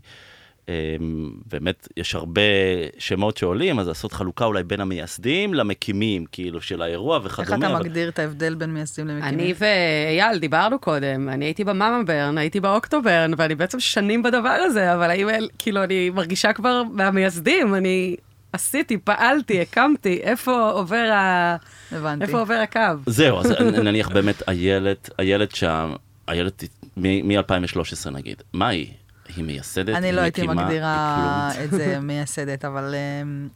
Speaker 4: אמ, באמת יש הרבה שמות שעולים, אז לעשות חלוקה אולי בין המייסדים למקימים, כאילו, של האירוע
Speaker 6: איך
Speaker 4: וכדומה.
Speaker 6: אתה
Speaker 4: אבל-
Speaker 6: מגדיר את ההבדל בין מייסדים למקימים?
Speaker 5: אני ואייל דיברנו קודם, אני הייתי במאמה ברן, הייתי באוקטוברן, ואני בעצם שנים בדבר הזה, אבל האם, אל- כאילו, אני מרגישה כבר מהמייסדים, אני עשיתי, פעלתי, הקמתי, איפה עובר ה...
Speaker 6: הבנתי.
Speaker 5: איפה עובר הקו?
Speaker 4: זהו, אז נ- נניח באמת איילת, איילת שם, איילת מ-2013 נגיד, מה היא? היא מייסדת?
Speaker 6: אני
Speaker 4: היא
Speaker 6: לא הייתי
Speaker 4: מקימה? היא
Speaker 6: מגדירה
Speaker 4: כלום?
Speaker 6: את זה מייסדת, אבל אמ,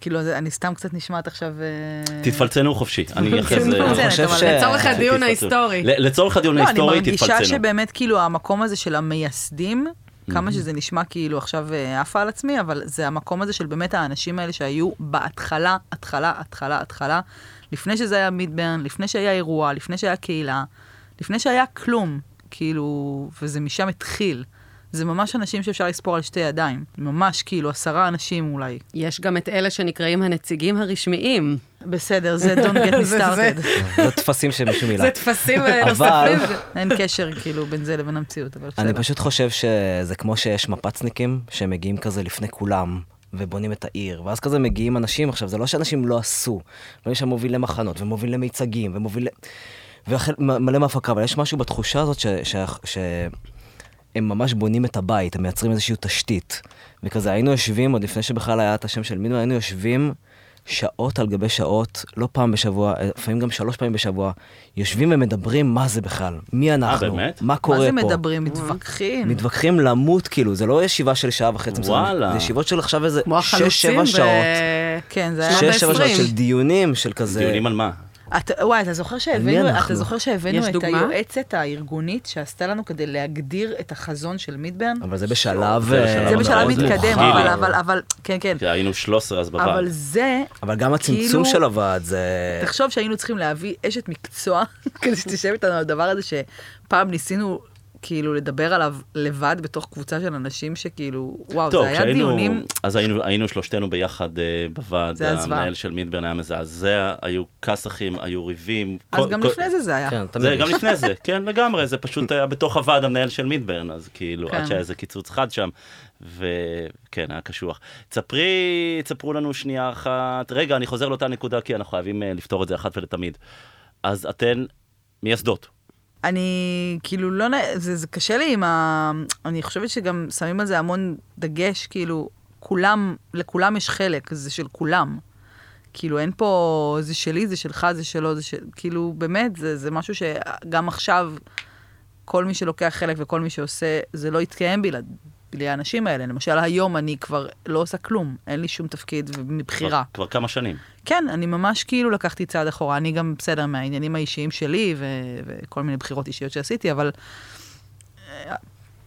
Speaker 6: כאילו, זה- אני סתם קצת נשמעת עכשיו... אה,
Speaker 4: תתפלצנו חופשי, אני אחרי זה...
Speaker 6: תתפלצנו,
Speaker 2: אני חושב
Speaker 6: אבל
Speaker 2: ש-
Speaker 5: לצורך הדיון
Speaker 4: תתפלצנו.
Speaker 5: ההיסטורי.
Speaker 4: ל- לצורך הדיון
Speaker 6: לא, אני
Speaker 4: ההיסטורי
Speaker 6: מרגישה
Speaker 4: תתפלצנו.
Speaker 6: שבאמת, כאילו, המקום הזה של המייסדים,
Speaker 2: Mm-hmm.
Speaker 6: כמה שזה נשמע כאילו עכשיו אה, עפה על עצמי, אבל זה המקום הזה של באמת האנשים האלה שהיו בהתחלה, התחלה, התחלה, התחלה, לפני שזה היה מידברן, לפני שהיה אירוע, לפני שהיה קהילה, לפני שהיה כלום, כאילו, וזה משם התחיל. זה ממש אנשים שאפשר לספור על שתי ידיים. ממש, כאילו, עשרה אנשים אולי.
Speaker 5: יש גם את אלה שנקראים הנציגים הרשמיים.
Speaker 6: בסדר, זה don't get me
Speaker 5: זה-
Speaker 6: started.
Speaker 2: זה טפסים שמישהו מילא.
Speaker 5: זה טפסים אה,
Speaker 2: אבל-
Speaker 5: נוספים.
Speaker 6: אין קשר, כאילו, בין זה לבין המציאות, אבל בסדר.
Speaker 2: אני פשוט חושב שזה כמו שיש מפצניקים שמגיעים כזה לפני כולם. ובונים את העיר, ואז כזה מגיעים אנשים, עכשיו זה לא שאנשים לא עשו, אבל יש שם מובילי מחנות, ומובילי מיצגים, ומובילי... ומלא מהפקה, אבל יש משהו בתחושה הזאת ש... ש... ש... הם ממש בונים את הבית, הם מייצרים איזושהי תשתית. וכזה, היינו יושבים, עוד לפני שבכלל היה את השם של מינו, היינו יושבים שעות על גבי שעות, לא פעם בשבוע, לפעמים גם שלוש פעמים בשבוע, יושבים ומדברים מה זה בכלל, מי אנחנו,
Speaker 4: באמת?
Speaker 2: מה קורה פה.
Speaker 6: מה זה מדברים? מתווכחים?
Speaker 2: מתווכחים למות, כאילו, זה לא ישיבה של שעה וחצי. מסוים.
Speaker 4: וואלה.
Speaker 2: זה ישיבות של עכשיו איזה
Speaker 5: כמו
Speaker 2: שש,
Speaker 5: החלוצים.
Speaker 2: שבע
Speaker 5: ב-
Speaker 2: שעות.
Speaker 6: כן, זה היה...
Speaker 5: שנות
Speaker 2: שש, שבע שעות
Speaker 5: ה-עשרים.
Speaker 2: של דיונים, של כזה...
Speaker 4: דיונים על מה?
Speaker 6: אתה, וואי, אתה זוכר
Speaker 2: על מי
Speaker 6: שהבאנו,
Speaker 2: אנחנו?
Speaker 6: אתה זוכר
Speaker 5: יש
Speaker 6: שהבאנו את
Speaker 5: דוגמה?
Speaker 6: היועצת הארגונית שעשתה לנו כדי להגדיר את החזון של מידברן?
Speaker 2: אבל זה בשלב...
Speaker 4: זה
Speaker 2: אה,
Speaker 4: בשלב
Speaker 6: זה
Speaker 4: אבל
Speaker 6: בשלב
Speaker 4: מאוד
Speaker 6: מתקדם,
Speaker 4: מאוחר.
Speaker 6: אבל, אבל, אבל, כן, כן.
Speaker 4: כי היינו 13 אז בוועד.
Speaker 6: אבל זה,
Speaker 2: אבל גם הצמצום
Speaker 6: כאילו-
Speaker 2: של הוועד זה...
Speaker 6: תחשוב שהיינו צריכים להביא אשת מקצוע כדי שתשב איתנו על הדבר הזה שפעם ניסינו כאילו לדבר עליו לבד בתוך קבוצה של אנשים שכאילו, וואו,
Speaker 4: טוב,
Speaker 6: זה היה
Speaker 4: כשהיינו-
Speaker 6: דיונים,
Speaker 4: אז היינו- היינו שלושתנו ביחד אה, בוועד,
Speaker 6: זה היה זוועה.
Speaker 4: המנהל של מידברן היה מזעזע, היו כסחים, היו ריבים.
Speaker 6: אז
Speaker 4: כל-
Speaker 6: גם
Speaker 4: כל-
Speaker 6: לפני זה זה היה.
Speaker 2: כן, תמיד.
Speaker 4: זה גם לפני זה, כן לגמרי, זה פשוט היה בתוך הוועד המנהל של מידברן, אז כאילו,
Speaker 6: כן.
Speaker 4: עד שהיה איזה קיצוץ חד שם, וכן, היה קשוח. תספרי, תספרו לנו שנייה אחת, רגע, אני חוזר לאותה נקודה, כי אנחנו חייבים אה, לפתור את זה אחת ולתמיד. אז אתן מייסדות.
Speaker 6: אני כאילו לא, נ- זה, זה קשה לי עם ה... אני חושבת שגם שמים על זה המון דגש, כאילו, כולם, לכולם יש חלק, זה של כולם. כאילו, אין פה, זה שלי, זה שלך, זה שלו, זה של... כאילו, באמת, זה, זה משהו שגם עכשיו, כל מי שלוקח חלק וכל מי שעושה, זה לא יתקיים בלי, בלי האנשים האלה. למשל, היום אני כבר לא עושה כלום, אין לי שום תפקיד
Speaker 4: כבר-
Speaker 6: מבחירה.
Speaker 4: כבר כמה שנים.
Speaker 6: כן, אני ממש כאילו לקחתי צעד אחורה. אני גם בסדר מהעניינים האישיים שלי ו- וכל מיני בחירות אישיות שעשיתי, אבל אה,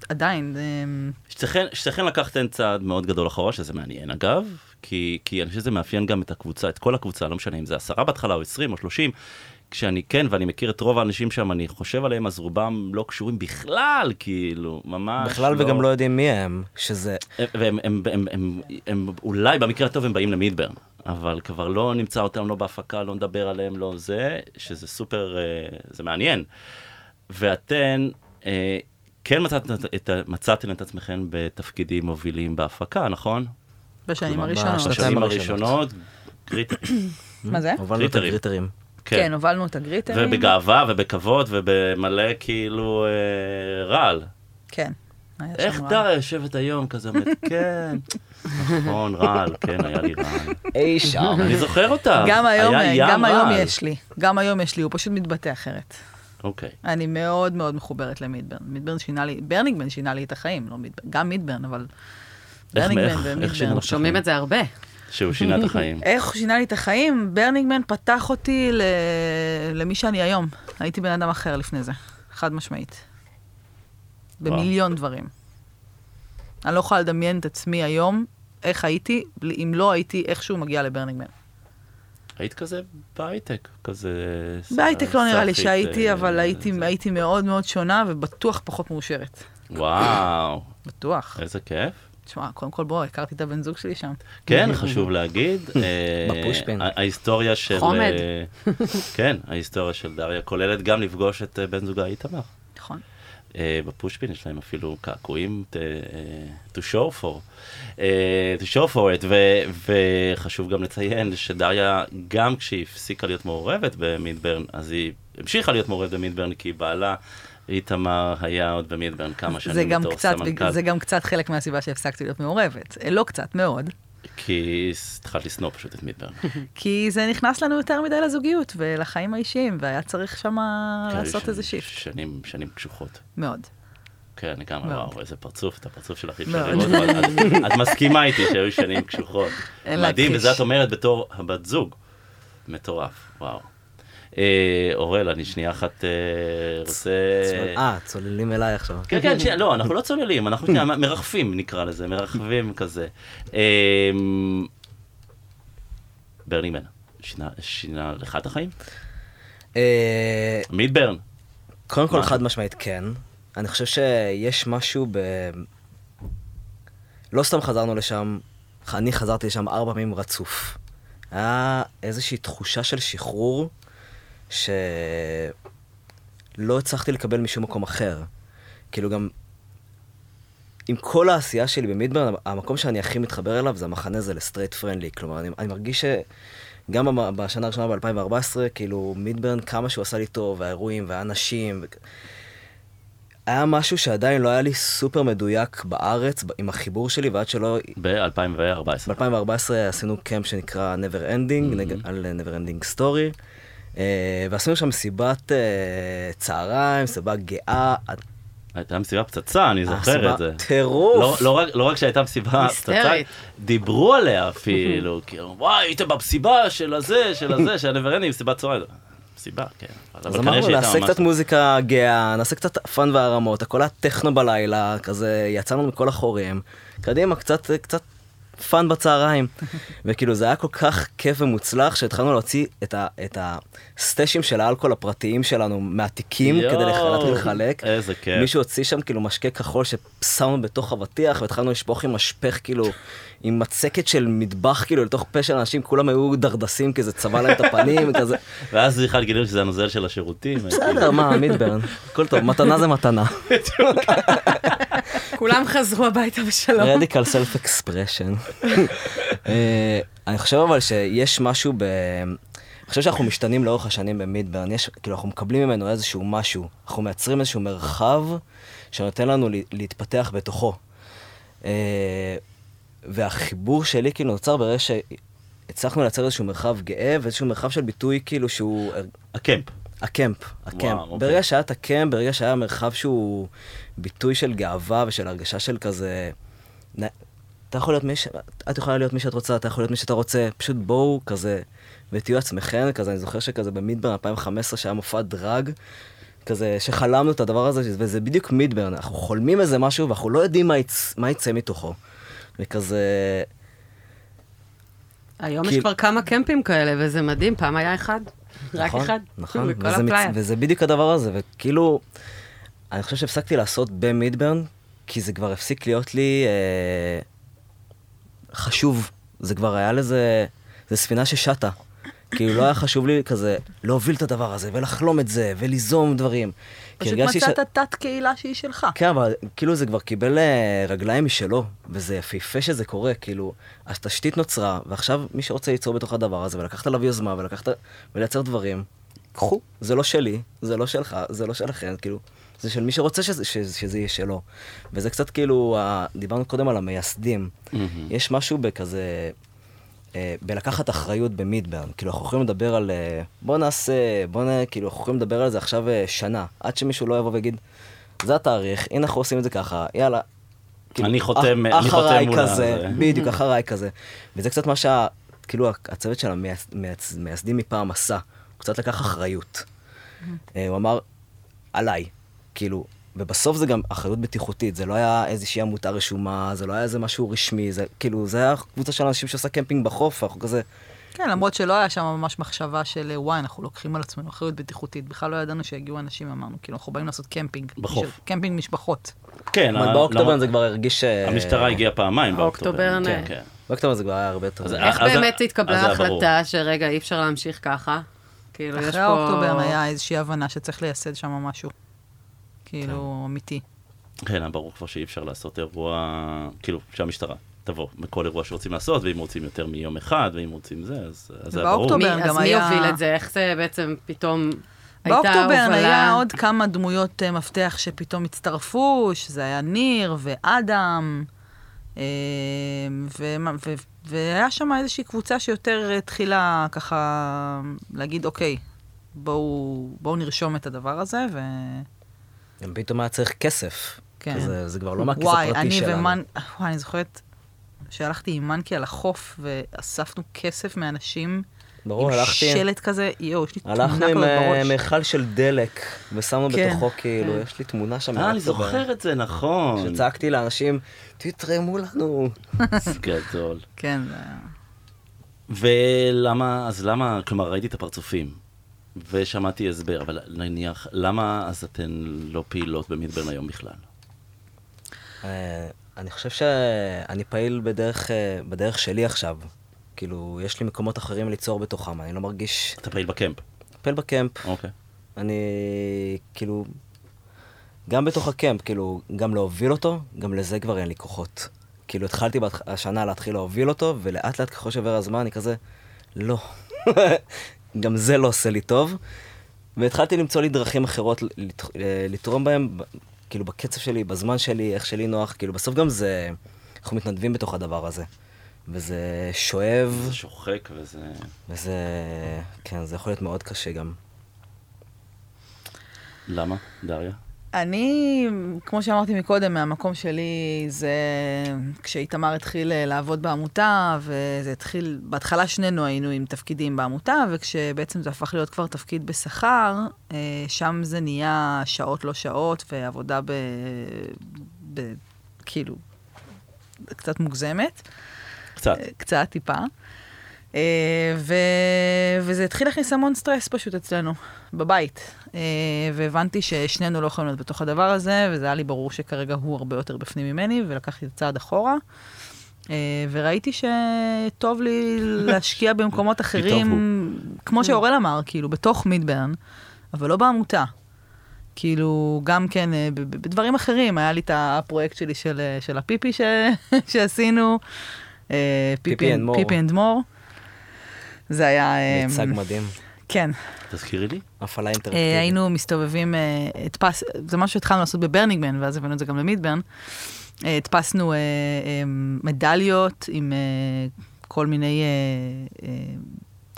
Speaker 6: עדיין, אה,
Speaker 4: שתיכן שתיכן לקחתן צעד מאוד גדול אחורה, שזה מעניין אגב, כי, כי אני חושב שזה מאפיין גם את הקבוצה, את כל הקבוצה, לא משנה אם זה עשרה בהתחלה או עשרים או שלושים, כשאני כן, ואני מכיר את רוב האנשים שם, אני חושב עליהם, אז רובם לא קשורים בכלל, כאילו, ממש
Speaker 2: בכלל וגם לא יודעים מי הם, שזה...
Speaker 4: והם הם, הם, הם, הם, הם, אולי במקרה הטוב הם באים למידברן. אבל כבר לא נמצא אותם, לא בהפקה, לא נדבר עליהם, לא זה, שזה סופר, אה, זה מעניין. ואתן אה, כן מצאתן את, ה- מצאתן את עצמכן בתפקידים מובילים בהפקה, נכון?
Speaker 6: בשנים
Speaker 2: כלומר,
Speaker 6: הראשונות.
Speaker 2: בשנתיים
Speaker 4: בשנים
Speaker 2: הראשונות.
Speaker 4: הראשונות, כן. גריט,
Speaker 6: מה זה?
Speaker 2: הובלנו לא את
Speaker 4: אה? גריטרים.
Speaker 2: הגריטרים.
Speaker 6: כן, אוקיי.
Speaker 4: כן,
Speaker 6: הובלנו את הגריטרים.
Speaker 4: ובגאווה ובכבוד ובמלא כאילו אה, רעל.
Speaker 6: כן. היה שם
Speaker 4: איך
Speaker 6: רעל.
Speaker 4: דרה יושבת היום כזה, אומרת, כן, נכון, רעל, כן, היה לי רעל.
Speaker 2: אי שם.
Speaker 4: אני זוכר אותה.
Speaker 6: גם היום, אה,
Speaker 4: היה ים
Speaker 6: גם היום
Speaker 4: רעל.
Speaker 6: יש לי. גם היום יש לי, הוא פשוט מתבטא אחרת.
Speaker 4: אוקיי.
Speaker 6: אני מאוד מאוד מחוברת למידברן. מידברן שינה לי, ברניגמן שינה לי את החיים, לא מידברן, גם מידברן, אבל... ברניגמן
Speaker 4: איך- איך
Speaker 6: ומידברן.
Speaker 4: שינה לך?
Speaker 5: שומעים את זה הרבה.
Speaker 4: שהוא שינה את החיים.
Speaker 6: איך הוא שינה לי את החיים? ברניגמן פתח אותי ל... למי שאני היום. הייתי בן אדם אחר לפני זה, חד משמעית.
Speaker 4: וואו.
Speaker 6: במיליון דברים. אני לא יכולה לדמיין את עצמי היום, איך הייתי, בלי- אם לא הייתי איכשהו מגיעה לברניגמן.
Speaker 4: היית כזה בהייטק, כזה...
Speaker 6: בהייטק לא נראה לי
Speaker 4: סאפית,
Speaker 6: שהייתי,
Speaker 4: אה,
Speaker 6: אבל הייתי-
Speaker 4: זה.
Speaker 6: הייתי מאוד מאוד שונה ובטוח פחות מאושרת.
Speaker 4: וואו,
Speaker 6: בטוח.
Speaker 4: איזה כיף.
Speaker 6: תשמע, קודם כל בוא, הכרתי את הבן זוג שלי שם.
Speaker 4: כן, חשוב להגיד. אה,
Speaker 2: בפושפן.
Speaker 4: ה- ההיסטוריה של...
Speaker 5: חומד.
Speaker 4: אה, כן, ההיסטוריה של דריה כוללת גם לפגוש את אה, בן זוגה איתמר.
Speaker 6: נכון.
Speaker 4: אה, בפושפין יש להם אפילו קעקועים אה, אה, to show for, אה, to show for it, ו, וחשוב גם לציין שדריה, גם כשהיא הפסיקה להיות מעורבת במידברן, אז היא המשיכה להיות מעורבת במידברן, כי בעלה איתמר היה עוד במידברן כמה
Speaker 6: זה
Speaker 4: שנים
Speaker 6: גם,
Speaker 4: בתור
Speaker 6: קצת,
Speaker 4: סמנכ"ל,
Speaker 6: זה גם קצת חלק מהסיבה שהפסקתי להיות מעורבת. אה, לא קצת, מאוד.
Speaker 4: כי התחלת לשנוא פשוט את מידברן.
Speaker 6: אה, כי זה נכנס לנו יותר מדי לזוגיות ולחיים האישיים, והיה צריך שם לעשות
Speaker 4: כן,
Speaker 6: איזה
Speaker 4: ש-
Speaker 6: שיפט.
Speaker 4: שנים, שנים קשוחות.
Speaker 6: מאוד.
Speaker 4: כן, לגמרי,
Speaker 6: מאוד.
Speaker 4: וואו, איזה פרצוף, את הפרצוף שלך אי אפשר
Speaker 6: מאוד.
Speaker 4: לראות. אבל את- את מסכימה איתי שהיו שנים קשוחות.
Speaker 6: אין
Speaker 4: מדהים,
Speaker 6: להכחיש.
Speaker 4: וזה את אומרת בתור הבת זוג. מטורף, וואו. אה, אורל, אני שנייה אחת אה, רוצה...
Speaker 2: אה, צוללים אליי עכשיו.
Speaker 4: כן, כן, שנייה, לא, אנחנו לא צוללים, אנחנו שנייה מרחפים נקרא לזה, מרחבים כזה. אה, ברנימן, שינה- שינה לך את החיים?
Speaker 2: אה,
Speaker 4: מידברן.
Speaker 2: קודם כל,
Speaker 4: מה?
Speaker 2: חד משמעית כן. אני חושב שיש משהו ב... לא סתם חזרנו לשם, אני חזרתי לשם ארבע פעמים רצוף. היה איזושהי תחושה של שחרור שלא לא הצלחתי לקבל משום מקום אחר. כאילו גם, עם כל העשייה שלי במידברן, המקום שאני הכי מתחבר אליו זה המחנה הזה לסטרייט פרנדלי. כלומר, אני, אני מרגיש שגם במ- בשנה הראשונה ב-2014, כאילו מידברן, כמה שהוא עשה לי טוב, והאירועים והאנשים, וכ- היה משהו שעדיין לא היה לי סופר מדויק בארץ, ב- עם החיבור שלי, ועד שלא
Speaker 4: ב-2014.
Speaker 2: ב-2014 עשינו קמפ שנקרא Never
Speaker 4: Mm-hmm.
Speaker 2: Ending, נג- על אה, Never Ending Story, אה, ועשינו שם מסיבת אה, צהריים, מסיבה גאה,
Speaker 4: הייתה מסיבה פצצה,
Speaker 2: אה,
Speaker 4: אני זוכר
Speaker 2: הסיבה-
Speaker 4: את זה.
Speaker 2: טירוף.
Speaker 4: לא, לא, רק, לא רק שהייתה מסיבה פצצה,
Speaker 5: היסטרית.
Speaker 4: דיברו עליה אפילו, כאילו, וואי, הייתם במסיבה של הזה, של הזה, של הנברנים, מסיבת צהריים. מסיבה, כן. אבל
Speaker 2: אז
Speaker 4: כנראה
Speaker 2: אמרנו,
Speaker 4: שהייתה
Speaker 2: נעשה
Speaker 4: ממש-
Speaker 2: קצת מוזיקה גאה, נעשה קצת פאן והרמות, הכל היה טכנו בלילה, כזה יצאנו מכל החורים, קדימה, קצת, קצת פאן בצהריים. וכאילו זה היה כל כך כיף ומוצלח, שהתחלנו להוציא את, ה, את הסטאשים של האלכוהול הפרטיים שלנו מהתיקים,
Speaker 4: יואו,
Speaker 2: כדי לחלק ולחלק.
Speaker 4: איזה כיף.
Speaker 2: מישהו הוציא שם כאילו משקה כחול ששמנו בתוך אבטיח, והתחלנו לשפוך עם משפך כאילו, עם מצקת של מטבח כאילו לתוך פה של אנשים, כולם היו דרדסים, כי זה צבע להם את הפנים, כזה.
Speaker 4: ואז בכלל גילינו שזה הנוזל של השירותים. אה, כאילו,
Speaker 2: בסדר, מה, מידברן, הכל טוב, מתנה זה מתנה.
Speaker 5: כולם חזרו הביתה בשלום.
Speaker 2: רדיקל סלף אקספרשן. אני חושב אבל שיש משהו ב... אני חושב שאנחנו משתנים לאורך השנים במידברן, יש, כאילו אנחנו מקבלים ממנו איזשהו משהו, אנחנו מייצרים איזשהו מרחב שנותן לנו לה- להתפתח בתוכו. אה, והחיבור שלי כאילו נוצר ברגע שהצלחנו לייצר איזשהו מרחב גאה ואיזשהו מרחב של ביטוי כאילו שהוא
Speaker 4: הקמפ.
Speaker 2: הקמפ, הקמפ.
Speaker 4: אוקיי.
Speaker 2: ברגע שהיה את הקמפ, ברגע שהיה מרחב שהוא ביטוי של גאווה ושל הרגשה של כזה... נ- אתה יכול להיות מי ש... את יכולה להיות מי שאת רוצה, אתה יכול להיות מי שאתה רוצה, פשוט בואו כזה ותהיו עצמכם, כזה, אני זוכר שכזה במידברן 2015 שהיה מופע דרג, כזה שחלמנו את הדבר הזה, וזה בדיוק מידברן, אנחנו חולמים איזה משהו ואנחנו לא יודעים מה, יצ... מה יצא מתוכו. וכזה...
Speaker 5: היום יש
Speaker 2: כאילו-
Speaker 5: כבר כמה קמפים כאלה, וזה מדהים, פעם היה אחד, רק
Speaker 2: נכון,
Speaker 5: אחד. כאילו,
Speaker 2: נכון,
Speaker 5: בכל
Speaker 2: וזה, מצ...
Speaker 5: הפלאייר.
Speaker 2: וזה בדיוק הדבר הזה, וכאילו, אני חושב שהפסקתי לעשות במידברן, כי זה כבר הפסיק להיות לי אה, חשוב. זה כבר היה לזה, זה ספינה ששטה. כאילו לא היה חשוב לי כזה להוביל את הדבר הזה, ולחלום את זה, וליזום דברים. כי
Speaker 6: פשוט
Speaker 2: הרגשתי ש-
Speaker 6: מצאת תת קהילה שהיא שלך.
Speaker 2: כן, אבל כאילו זה כבר קיבל אה, רגליים משלו, וזה יפהפה שזה קורה, כאילו, התשתית נוצרה, ועכשיו מי שרוצה ליצור בתוך הדבר הזה, ולקחת עליו יוזמה, ולקחת, ולייצר דברים, קחו, זה לא שלי, זה לא שלך, זה לא שלכם, כאילו, זה של מי שרוצה שזה, שזה, שזה יהיה שלו. וזה קצת כאילו, ה- דיברנו קודם על המייסדים, יש משהו בכזה, אה, בלקחת אחריות במידברן. כאילו, אנחנו יכולים לדבר על... אה, בוא נעשה, בוא נ... כאילו, אנחנו יכולים לדבר על זה עכשיו אה, שנה, עד שמישהו לא יבוא ויגיד, זה התאריך, הנה אנחנו עושים את זה ככה, יאללה. כאילו,
Speaker 4: אני חותם-
Speaker 2: אח-
Speaker 4: אני חותם
Speaker 2: אחריי
Speaker 4: מול אה,
Speaker 2: כזה,
Speaker 4: הזה.
Speaker 6: Mm-hmm.
Speaker 2: בדיוק, אחריי כזה. וזה קצת מה שה... כאילו, הצוות של המייסדים מפעם עשה. הוא קצת לקח אחריות.
Speaker 6: Mm-hmm.
Speaker 2: אה, הוא אמר, עליי. כאילו, ובסוף זה גם אחריות בטיחותית, זה לא היה איזושהי עמותה רשומה, זה לא היה איזה משהו רשמי, זה כאילו, זה היה קבוצה של אנשים שעושה קמפינג בחוף, אנחנו כזה,
Speaker 6: כן, למרות שלא היה שם ממש מחשבה של וואי, אנחנו לוקחים על עצמנו אחריות בטיחותית. בכלל לא ידענו שיגיעו אנשים, אמרנו, כאילו, אנחנו באים לעשות קמפינג.
Speaker 4: בחוף.
Speaker 6: של- קמפינג משפחות.
Speaker 4: כן,
Speaker 2: אבל
Speaker 4: ה-
Speaker 2: באוקטוברן
Speaker 4: למרות-
Speaker 2: זה כבר הרגיש... אה,
Speaker 4: המשטרה הגיעה פעמיים באוקטוברן.
Speaker 5: האוקטוברן,
Speaker 4: כן,
Speaker 5: אה.
Speaker 4: כן.
Speaker 2: באוקטוברן זה כבר היה הרבה יותר...
Speaker 4: אז-
Speaker 5: איך
Speaker 4: ה- אז
Speaker 5: באמת התקבלה
Speaker 4: זה היה ברור.
Speaker 5: ההחלטה שרגע, אי אפשר להמשיך ככה? כאילו, יש פה...
Speaker 6: אחרי האוקטוברן היה איזושהי הבנה שצריך לייסד שם משהו. כאילו, אמיתי.
Speaker 4: כן, היה ברור כבר שאי אפשר לעשות אירוע, כאילו, שהמשטרה תבוא מכל אירוע שרוצים לעשות, ואם רוצים יותר מיום אחד, ואם רוצים זה, אז אז זה היה ברור.
Speaker 6: ובאוקטובר-
Speaker 5: מי-
Speaker 6: באוקטוברן
Speaker 5: אז
Speaker 6: גם
Speaker 5: מי
Speaker 6: היה-
Speaker 5: הוביל את זה? איך זה בעצם פתאום... הייתה
Speaker 6: באוקטוברן היה
Speaker 5: הובלה?
Speaker 6: עוד כמה דמויות אה, מפתח שפתאום הצטרפו, שזה היה ניר ואדם, אה, ומה- ו- והיה שם איזושהי קבוצה שיותר אה, תחילה ככה להגיד, אוקיי, בואו בואו נרשום את הדבר הזה, ו...
Speaker 2: גם פתאום היה צריך כסף.
Speaker 6: כן.
Speaker 2: כזה, זה כבר לא מהכיס
Speaker 6: וואי,
Speaker 2: הפרטי
Speaker 6: אני
Speaker 2: שלנו.
Speaker 6: ומנ... וואי, אני זוכרת שהלכתי עם מנקי על החוף ואספנו כסף מאנשים
Speaker 2: ברור,
Speaker 6: עם
Speaker 2: הלכתי-
Speaker 6: שלט כזה, יואו, יש לי תמונה
Speaker 2: הלכנו עם
Speaker 6: כזאת
Speaker 2: אה,
Speaker 6: בראש.
Speaker 2: מיכל של דלק, ושמנו
Speaker 6: כן.
Speaker 2: בתוכו כאילו, יש לי תמונה שם.
Speaker 4: אה, אני
Speaker 2: מהאוקטוברן,
Speaker 4: זוכר את זה, נכון.
Speaker 2: שצעקתי לאנשים, תתרמו לנו.
Speaker 4: גדול.
Speaker 6: כן, זה היה...
Speaker 4: ולמה, אז למה, כלומר, ראיתי את הפרצופים, ושמעתי הסבר, אבל נניח, למה אז אתן לא פעילות במדברן היום בכלל?
Speaker 2: אה, אני חושב שאני פעיל בדרך, אה, בדרך שלי עכשיו. כאילו, יש לי מקומות אחרים ליצור בתוכם, אני לא מרגיש...
Speaker 4: אתה פעיל בקמפ,
Speaker 2: פעיל בקמפ,
Speaker 4: אוקיי.
Speaker 2: אני כאילו... גם בתוך הקמפ, כאילו, גם להוביל אותו, גם לזה כבר אין לי כוחות. כאילו, התחלתי בהתח- השנה להתחיל להוביל אותו, ולאט לאט ככל שעובר הזמן, אני כזה, לא. גם זה לא עושה לי טוב. והתחלתי למצוא לי דרכים אחרות לת- לתרום בהם, ב- כאילו, בקצב שלי, בזמן שלי, איך שלי נוח, כאילו, בסוף גם זה... אנחנו מתנדבים בתוך הדבר הזה. וזה שואב,
Speaker 4: זה שוחק וזה...
Speaker 2: וזה... כן, זה יכול להיות מאוד קשה גם.
Speaker 4: למה, דריה?
Speaker 6: אני, כמו שאמרתי מקודם, מהמקום שלי, זה כשאיתמר התחיל אה, לעבוד בעמותה, וזה התחיל, בהתחלה שנינו היינו עם תפקידים בעמותה, וכשבעצם זה הפך להיות כבר תפקיד בשכר, אה, שם זה נהיה שעות לא שעות ועבודה ב... ב כאילו, קצת מוגזמת.
Speaker 4: קצת.
Speaker 6: קצת, טיפה. אה, ו... וזה התחיל להכניס המון סטרס פשוט אצלנו, בבית. אה, והבנתי ששנינו לא יכולים להיות בתוך הדבר הזה, וזה היה לי ברור שכרגע הוא הרבה יותר בפנים ממני, ולקחתי את הצעד אחורה. אה, וראיתי שטוב לי להשקיע במקומות אחרים, כמו שאורל אמר, כאילו, בתוך מידברן, אבל לא בעמותה. כאילו, גם כן, אה, ב- ב- בדברים אחרים, היה לי את הפרויקט שלי של, אה, של הפיפי ש... שעשינו, אה,
Speaker 2: פיפי and more.
Speaker 6: פיפי אנד מור. זה היה... אה,
Speaker 2: מיצג מדהים.
Speaker 6: כן.
Speaker 4: תזכירי לי.
Speaker 2: הפעלה אינטראקטיבית.
Speaker 6: אה, היינו מסתובבים, אה, הדפס, זה משהו שהתחלנו לעשות בברנינגמן, ואז הבאנו את זה גם למידברן. אה, הדפסנו אה, אה, מדליות עם אה, כל מיני, אה, אה,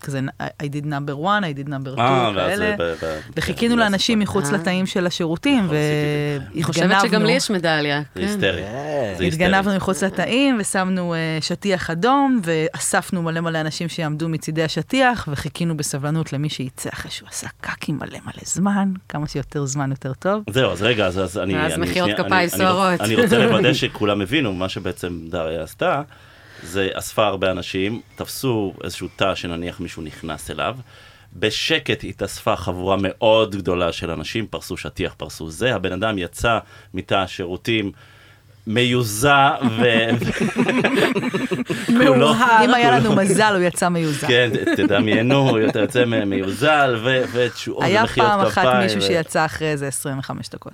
Speaker 6: כזה I did number one, I did number two,
Speaker 4: אה, ואז
Speaker 6: כאלה.
Speaker 4: זה... ב- ב-
Speaker 6: וחיכינו
Speaker 4: כן,
Speaker 6: לאנשים
Speaker 4: זה-
Speaker 6: מחוץ
Speaker 5: אה.
Speaker 6: לתאים של השירותים,
Speaker 4: נכון, עשיתי
Speaker 5: אני חושבת שגם לי
Speaker 6: והתגנבנו.
Speaker 5: יש מדליה.
Speaker 4: זה
Speaker 5: כן.
Speaker 4: היסטרי.
Speaker 2: אה,
Speaker 4: זה היסטרי.
Speaker 6: התגנבנו מחוץ לתאים, ושמנו אה, שטיח אדום, ואספנו מלא מלא אנשים שיעמדו מצידי השטיח, וחיכינו בסבלנות למי שיצא אחרי שהוא עשה קקי מלא מלא זמן, כמה שיותר זמן יותר טוב.
Speaker 4: זהו, אז רגע, אז, אז אני...
Speaker 5: ואז
Speaker 4: אני-
Speaker 5: מחיאות
Speaker 4: שנייה,
Speaker 5: כפיים
Speaker 4: אני- אני רוצ-
Speaker 5: סוערות.
Speaker 4: אני רוצה לוודא שכולם הבינו, מה שבעצם דריה עשתה, זה אספה הרבה אנשים, תפסו איזשהו תא שנניח מישהו נכנס אליו, בשקט התאספה חבורה מאוד גדולה של אנשים, פרסו שטיח, פרסו זה, הבן אדם יצא מתא השירותים. מיוזע ו...
Speaker 5: מאוהב.
Speaker 6: אם היה לנו מזל, הוא יצא
Speaker 4: לא,
Speaker 6: מיוזע.
Speaker 4: כן, ת- תדמיינו, אתה יוצא מ- מיוזל ו- ותשועו
Speaker 6: היה
Speaker 4: ומחיאות
Speaker 6: פעם אחת
Speaker 4: כפיים
Speaker 6: מישהו
Speaker 4: ו-
Speaker 6: שיצא אחרי איזה 25 דקות.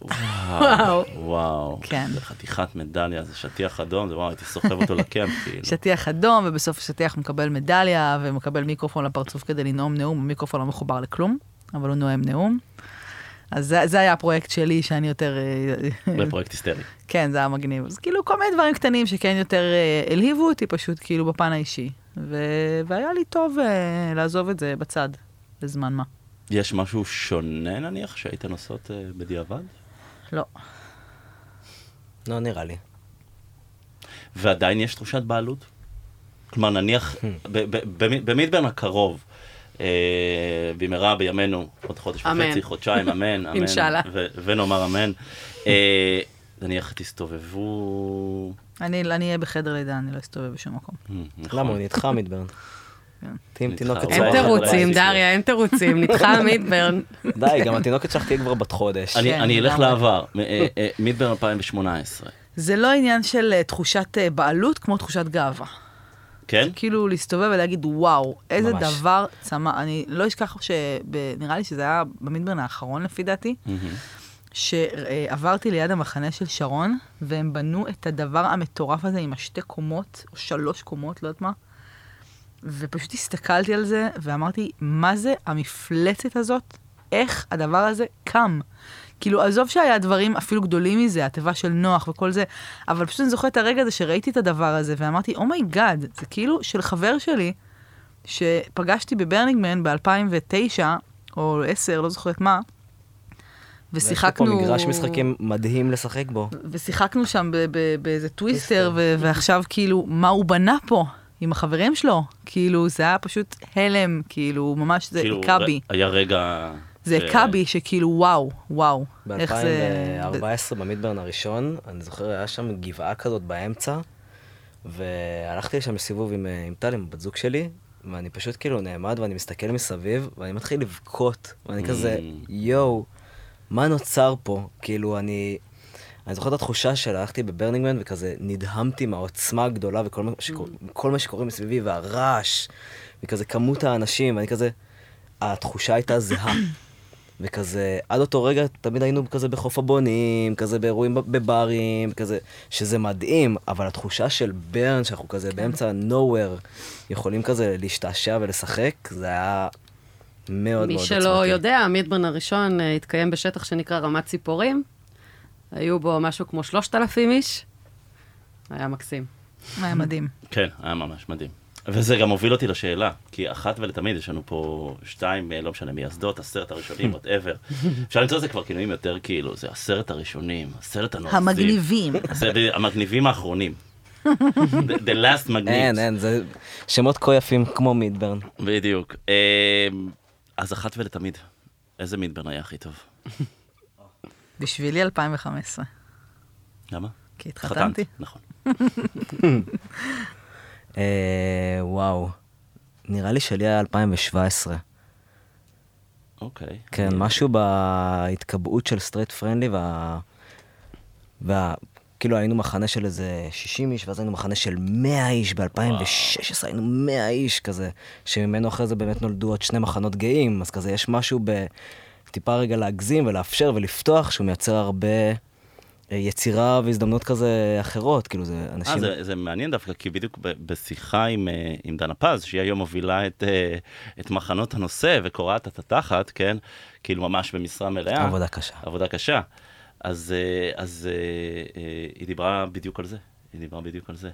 Speaker 5: וואו.
Speaker 4: וואו,
Speaker 6: כן.
Speaker 4: זה חתיכת מדליה, זה שטיח אדום, זה וואו, הייתי סוחב אותו לקמפ, כאילו.
Speaker 6: שטיח אדום, ובסוף השטיח הוא מקבל מדליה, ומקבל מיקרופון לפרצוף כדי לנאום נאום, המיקרופון לא מחובר לכלום, אבל הוא נואם נאום. אז זה, זה היה הפרויקט שלי, שאני יותר... אה,
Speaker 4: זה פרויקט היסטרי.
Speaker 6: כן, זה היה מגניב. אז כאילו כל מיני דברים קטנים שכן יותר אה, הלהיבו אותי פשוט, כאילו בפן האישי. ו... והיה לי טוב אה, לעזוב את זה בצד, לזמן מה.
Speaker 4: יש משהו שונה נניח שהיית נוסעות אה, בדיעבד?
Speaker 6: לא.
Speaker 2: לא נראה לי.
Speaker 4: ועדיין יש תחושת בעלות? כלומר, נניח, ב- ב- במ- במדברן הקרוב, אה, במהרה בימינו, עוד חודש
Speaker 5: אמן.
Speaker 4: וחצי, חודשיים, אמן, אמן,
Speaker 5: אינשאללה.
Speaker 4: ו- ונאמר אמן, אה, נניח תסתובבו...
Speaker 6: אני אני אהיה בחדר לידה, אני לא אסתובב בשום מקום.
Speaker 4: אה, נכון.
Speaker 2: למה? הוא נדחה מדברן.
Speaker 6: כן.
Speaker 2: תהיי עם
Speaker 4: נדחה,
Speaker 2: תינוקת
Speaker 4: הוא
Speaker 5: אין
Speaker 4: צורך
Speaker 5: תירוצים,
Speaker 4: חדש.
Speaker 5: דריה, אין תירוצים, נדחה מידברן.
Speaker 2: די, גם התינוקת שלך תהיה כבר בת חודש.
Speaker 4: אני
Speaker 6: כן,
Speaker 4: אני אלך
Speaker 6: לגמרי.
Speaker 4: לעבר, מ- אה, אה, מדברן 2018,
Speaker 6: זה לא עניין של אה, תחושת אה, בעלות כמו תחושת גאווה.
Speaker 4: כן?
Speaker 6: כאילו להסתובב ולהגיד, וואו, איזה
Speaker 2: ממש.
Speaker 6: דבר צמא. אני לא אשכח שנראה לי שזה היה במדברן האחרון לפי דעתי, שעברתי ליד המחנה של שרון, והם בנו את הדבר המטורף הזה עם השתי קומות, או שלוש קומות, לא יודעת מה. ופשוט הסתכלתי על זה, ואמרתי, מה זה המפלצת הזאת? איך הדבר הזה קם? כאילו, עזוב שהיה דברים אפילו גדולים מזה, התיבה של נוח וכל זה, אבל פשוט אני זוכרת את הרגע הזה שראיתי את הדבר הזה, ואמרתי, אומייגאד, oh my God", זה כאילו של חבר שלי, שפגשתי בברנינגמן ב-2009, או 10, לא זוכרת מה, ושיחקנו...
Speaker 2: יש לי פה מגרש משחקים מדהים לשחק בו.
Speaker 6: ושיחקנו שם ב- ב- באיזה טוויסטר, ו- ועכשיו כאילו, מה הוא בנה פה עם החברים שלו? כאילו, זה היה פשוט הלם, כאילו, ממש זה
Speaker 4: כאילו,
Speaker 6: הכה
Speaker 4: ר-
Speaker 6: בי.
Speaker 4: היה רגע... אה,
Speaker 6: זה
Speaker 4: ש-
Speaker 6: הכה בי שכאילו, וואו, וואו, איך זה...
Speaker 2: ב-2014 במדברן הראשון, אני זוכר, היה שם גבעה כזאת באמצע, והלכתי לשם לסיבוב עם אה, עם טל, עם הבת זוג שלי, ואני פשוט כאילו נעמד ואני מסתכל מסביב, ואני מתחיל לבכות, ואני כזה,
Speaker 5: כן.
Speaker 4: Mm.
Speaker 2: יואו, מה נוצר פה? כאילו, אני... אני זוכר את התחושה שהלכתי בברנינגמן וכזה נדהמתי מהעוצמה הגדולה וכל מה, שקור...
Speaker 5: Mm.
Speaker 2: כל מה שקורה מסביבי והרעש וכזה כמות האנשים ואני כזה, התחושה הייתה זהה. וכזה, עד אותו רגע תמיד היינו כזה בחוף הבונים, כזה באירועים בב- בברים, כזה, שזה מדהים, אבל התחושה של ברן, שאנחנו כזה
Speaker 5: כן.
Speaker 2: באמצע nowhere, יכולים כזה להשתעשע ולשחק, זה היה מאוד מאוד
Speaker 5: מי
Speaker 2: עוצמתי.
Speaker 5: שלא יודע, המידברן הראשון אה, התקיים בשטח שנקרא רמת ציפורים. היו בו משהו כמו 3,000 איש. היה מקסים.
Speaker 6: היה מדהים.
Speaker 4: כן, היה ממש מדהים. וזה גם הוביל אותי לשאלה, כי אחת ולתמיד יש לנו פה שתיים, אה, לא משנה, מייסדות, עשרת הראשונים, וואטאבר. אפשר למצוא את זה כבר כינויים יותר כאילו, זה עשרת הראשונים, עשרת הנועזים.
Speaker 6: המגניבים.
Speaker 4: זה ב- המגניבים האחרונים. The the last
Speaker 2: אין,
Speaker 4: מגניבs.
Speaker 2: אין, זה שמות כה יפים כמו מידברן.
Speaker 4: בדיוק. אמ, אז אחת ולתמיד, איזה מידברן היה הכי טוב?
Speaker 6: בשבילי 2015,
Speaker 4: למה?
Speaker 6: כי
Speaker 4: התחתנת,
Speaker 6: התחתנתי.
Speaker 4: נכון.
Speaker 2: אה, וואו, נראה לי שלי היה 2017.
Speaker 4: אוקיי.
Speaker 2: כן, משהו בהתקבעות של סטרייט פרנדלי וה... וה... כאילו היינו מחנה של איזה 60 איש, ואז היינו מחנה של 100 איש ב-2016, היינו 100 איש כזה, שממנו אחרי זה באמת נולדו עוד שני מחנות גאים, אז כזה יש משהו ב... טיפה רגע להגזים ולאפשר ולפתוח, שהוא מייצר הרבה אה, יצירה והזדמנות כזה אחרות, כאילו זה
Speaker 4: אה,
Speaker 2: אנשים...
Speaker 4: זה, זה מעניין דווקא, כי בדיוק ב- בשיחה עם, אה, עם דנה פז, שהיא היום מובילה את, אה, את מחנות הנושא וקורעת את התחת, כן? כאילו ממש במשרה מלאה.
Speaker 2: עבודה קשה.
Speaker 4: עבודה קשה. אז, אה, אז אה, אה, היא דיברה בדיוק על זה. היא דיברה בדיוק על זה.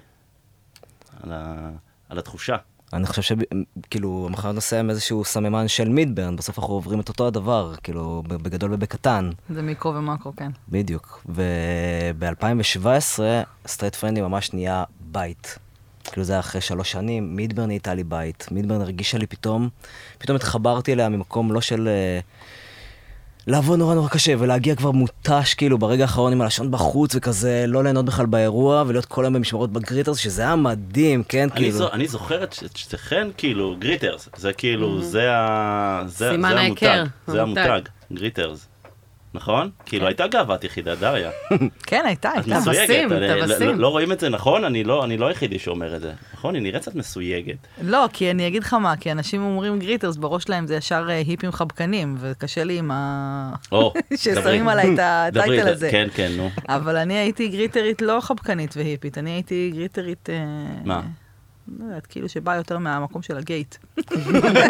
Speaker 4: על, ה, על התחושה.
Speaker 2: אני חושב שכאילו, מחר נסיים איזשהו סממן של מידברן, בסוף אנחנו עוברים את אותו הדבר, כאילו, בגדול ובקטן.
Speaker 6: זה מיקרו ומקרו, כן.
Speaker 2: בדיוק. וב-2017, סטרייט פרנדי ממש נהיה בית. כאילו זה היה אחרי שלוש שנים, מידברן נהייתה לי בית. מידברן הרגישה לי פתאום, פתאום התחברתי אליה ממקום לא של... אה, לעבוד נורא נורא קשה, ולהגיע כבר מותש כאילו ברגע האחרון עם הלשון בחוץ, וכזה לא ליהנות בכלל באירוע, ולהיות כל היום במשמרות בגריטרס, שזה היה מדהים, כן,
Speaker 4: אני,
Speaker 2: כאילו.
Speaker 4: זו, אני זוכרת ש- ששתיכן כאילו גריטרס. זה כאילו, זה, ה, זה,
Speaker 5: Mm-hmm. סימן
Speaker 4: זה
Speaker 5: ההיכר,
Speaker 4: המותג. זה
Speaker 5: המותג. כן.
Speaker 4: המותג, גריטרס. נכון? כאילו הייתה גאוות יחידה, דריה.
Speaker 6: כן, הייתה,
Speaker 4: את
Speaker 6: הייתה.
Speaker 5: מסויג-
Speaker 4: מסויגת.
Speaker 5: אתה
Speaker 4: אני-
Speaker 5: בסים.
Speaker 4: לא- לא רואים את זה נכון? אני לא אני לא היחידי שאומר את זה. נכון? היא נראית קצת מסויגת.
Speaker 6: לא, כי אני אגיד לך מה, כי אנשים אומרים גריטרס, בראש שלהם זה ישר אה, היפים חבקנים, וקשה לי עם ה...
Speaker 4: או,
Speaker 6: ששמים
Speaker 4: דברי.
Speaker 6: עליי את
Speaker 4: דברי,
Speaker 6: הטייטל
Speaker 4: ד-
Speaker 6: הזה.
Speaker 4: כן, כן, נו.
Speaker 6: אבל אני הייתי גריטרית לא חבקנית והיפית, אני הייתי גריטרית... אה,
Speaker 4: מה?
Speaker 6: לא יודעת, כאילו שבאה יותר מהמקום של הגייט.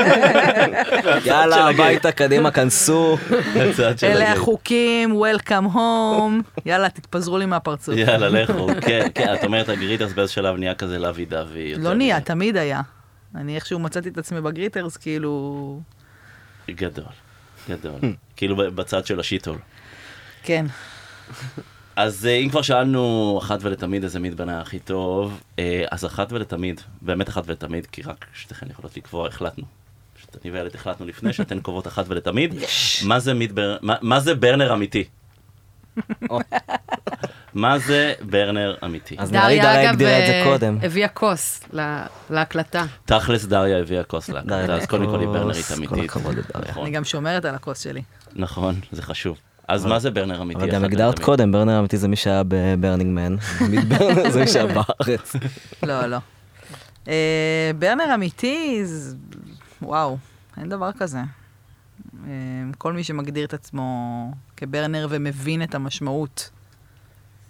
Speaker 2: יאללה, הביתה, קדימה, כנסו.
Speaker 4: הצד של
Speaker 6: אלה
Speaker 4: הגייט.
Speaker 6: החוקים, Welcome home, יאללה, תתפזרו לי מהפרצוף.
Speaker 4: יאללה, לכו. כן, כן, את אומרת הגריטרס באיזשהו שלב נהיה כזה לוי דווי. יותר
Speaker 6: לא נהיה, תמיד היה. אני איכשהו מצאתי את עצמי בגריטרס, כאילו...
Speaker 4: מדי. גדול, גדול. כאילו ב- בצד של השיטול.
Speaker 6: כן.
Speaker 4: אז אה, אם כבר שאלנו אחת ולתמיד איזה מידבן היה הכי טוב, אה, אז אחת ולתמיד, באמת אחת ולתמיד, כי רק שתיכן יכולות לקבוע, החלטנו. פשוט אני ואיילת החלטנו לפני שאתן קובעות אחת ולתמיד, מה זה מידבר- מה- מה זה ברנר אמיתי? מה זה ברנר אמיתי?
Speaker 2: אז נהרי דריה הגדירה את זה
Speaker 5: אה,
Speaker 2: קודם.
Speaker 5: הביאה כוס לה- להקלטה.
Speaker 4: תכלס דריה הביאה כוס
Speaker 2: דריה
Speaker 4: להקלטה, אז קודם כל היא
Speaker 2: כוס,
Speaker 4: ברנרית
Speaker 2: כל
Speaker 4: אמיתית.
Speaker 2: הכבוד לדריה.
Speaker 4: נכון,
Speaker 6: אני גם שומרת על הכוס שלי.
Speaker 4: נכון, זה חשוב. אז מה זה ברנר אמיתי?
Speaker 2: אבל
Speaker 4: אחת
Speaker 2: גם הגדרת
Speaker 4: ולתמיד?
Speaker 2: קודם, ברנר אמיתי זה מי שהיה בברנינג מן. עמית ברנר זה מי שהיה בארץ.
Speaker 6: לא, לא. אה, ברנר אמיתי, ז- וואו, אין דבר כזה. אה, כל מי שמגדיר את עצמו כברנר ומבין את המשמעות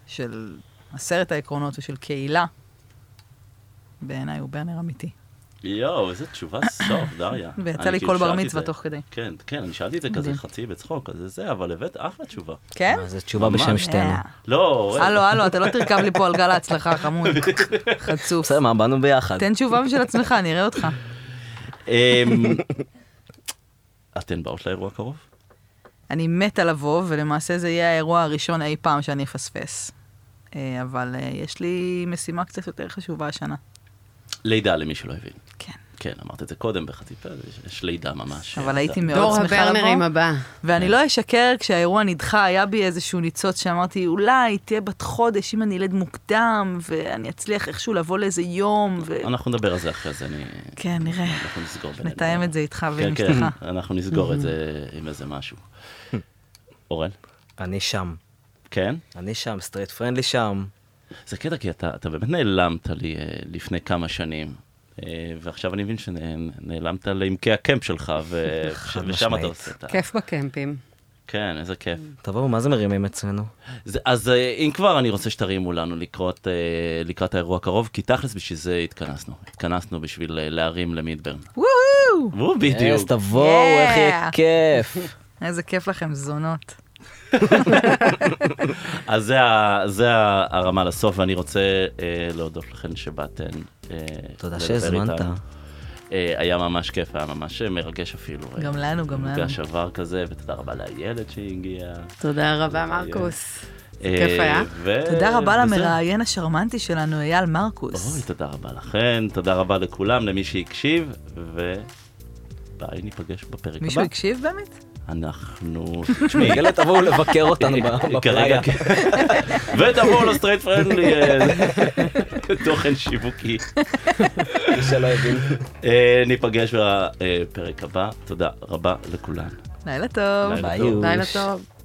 Speaker 6: של עשרת העקרונות ושל קהילה, בעיניי הוא ברנר אמיתי.
Speaker 4: יואו, איזה תשובה סוף, דריה.
Speaker 6: ויצא
Speaker 4: אני
Speaker 6: לי
Speaker 4: כאילו
Speaker 6: כל בר
Speaker 4: שאלתי את
Speaker 6: מצווה
Speaker 4: זה.
Speaker 6: תוך כדי.
Speaker 4: כן, כן, אני שאלתי את זה כזה
Speaker 6: מדהים.
Speaker 4: חצי בצחוק, אז זה זה, אבל הבאת אחלה תשובה.
Speaker 6: כן?
Speaker 2: זו תשובה
Speaker 4: ממש.
Speaker 2: בשם שתינו.
Speaker 6: אה.
Speaker 4: לא,
Speaker 6: הלו, הלו, אתה לא תרכב לי פה על גל ההצלחה, חמוד. חצוף.
Speaker 2: בסדר, מה, באנו ביחד.
Speaker 6: תן תשובה בשביל עצמך, נראה אותך.
Speaker 4: אמ, אתן באות לאירוע הקרוב?
Speaker 6: אני מתה לבוא, ולמעשה זה יהיה האירוע הראשון אי פעם שאני אפספס. אה, אבל אה, יש לי משימה קצת יותר חשובה השנה.
Speaker 4: לידה למי שלא הבין.
Speaker 6: כן.
Speaker 4: כן, אמרת את זה קודם בחצי פה, יש- יש לידה ממש.
Speaker 6: אבל הייתי מאוד
Speaker 5: דור
Speaker 6: שמחה
Speaker 5: הברנרים
Speaker 6: לבוא,
Speaker 5: הבא.
Speaker 6: ואני לא אשקר, כשהאירוע נדחה, היה בי איזשהו ניצוץ שאמרתי, אולי תהיה בת חודש אם אני אלד מוקדם, ואני אצליח איכשהו לבוא לאיזה יום, ו...
Speaker 4: אנחנו נדבר על זה אחרי זה, אני...
Speaker 6: כן, נראה.
Speaker 4: אנחנו נסגור בינינו.
Speaker 6: נתאם את זה Mm-hmm. איתך ועם
Speaker 4: כן,
Speaker 6: אשתך.
Speaker 4: כן, אנחנו נסגור את זה עם איזה משהו. אורן?
Speaker 2: אני שם.
Speaker 4: כן?
Speaker 2: אני שם, סטרייט פרנדלי שם.
Speaker 4: זה קטע, כי אתה, אתה באמת נעלמת לי אה, לפני כמה שנים, אה, ועכשיו אני מבין שנעלמת לעמקי הקמפ שלך, ו...
Speaker 2: חד
Speaker 4: ושם
Speaker 2: משמעית. Mm.
Speaker 4: אתה עושה את ה...
Speaker 5: כיף בקמפים.
Speaker 4: כן, איזה כיף.
Speaker 2: תבואו, מה זה מרימים אצלנו?
Speaker 4: זה, אז אה, אם כבר, אני רוצה שתרימו לנו לקראת, אה, לקראת האירוע הקרוב, כי תכלס בשביל זה התכנסנו. התכנסנו בשביל אה, להרים למידברן.
Speaker 6: וואו!
Speaker 2: אה,
Speaker 4: וואו,
Speaker 2: אז
Speaker 4: בדיוק.
Speaker 2: תבואו, איך יהיה
Speaker 6: Yeah.
Speaker 2: כיף.
Speaker 6: אה, איזה כיף לכם, זונות.
Speaker 4: אז זה, ה- זה ה- הרמה לסוף, ואני רוצה אה, להודות לכן שבאתן. אה,
Speaker 2: תודה
Speaker 4: לדבר
Speaker 2: שהזמנת.
Speaker 4: איתנו. אה, היה ממש כיף, היה ממש מרגש אפילו.
Speaker 6: גם
Speaker 4: אה,
Speaker 6: לנו, גם לנו.
Speaker 4: מפגש עבר כזה, ותודה רבה לילד שהגיע. אה,
Speaker 5: תודה רבה, מרקוס.
Speaker 6: אה,
Speaker 5: זה כיף היה.
Speaker 4: ו-
Speaker 6: תודה רבה
Speaker 4: וזהו.
Speaker 6: למראיין השרמנטי שלנו, אייל
Speaker 4: אוי,
Speaker 6: מרקוס.
Speaker 4: תודה רבה לכן, תודה רבה לכולם, למי שהקשיב, וביי, ניפגש בפרק הבא.
Speaker 6: מישהו הקשיב באמת?
Speaker 4: אנחנו... תשמעי,
Speaker 2: בגלל זה תבואו לבקר אותנו ב- בפלאיה.
Speaker 4: כרגע כן. ותבואו לסטרייט פרנדלי, אה, תוכן שיווקי.
Speaker 2: שלא הבין.
Speaker 4: אה, ניפגש בפרק הבא, תודה רבה לכולן.
Speaker 6: לילה טוב.
Speaker 4: לילה
Speaker 2: ביי.
Speaker 4: טוב.
Speaker 5: לילה טוב.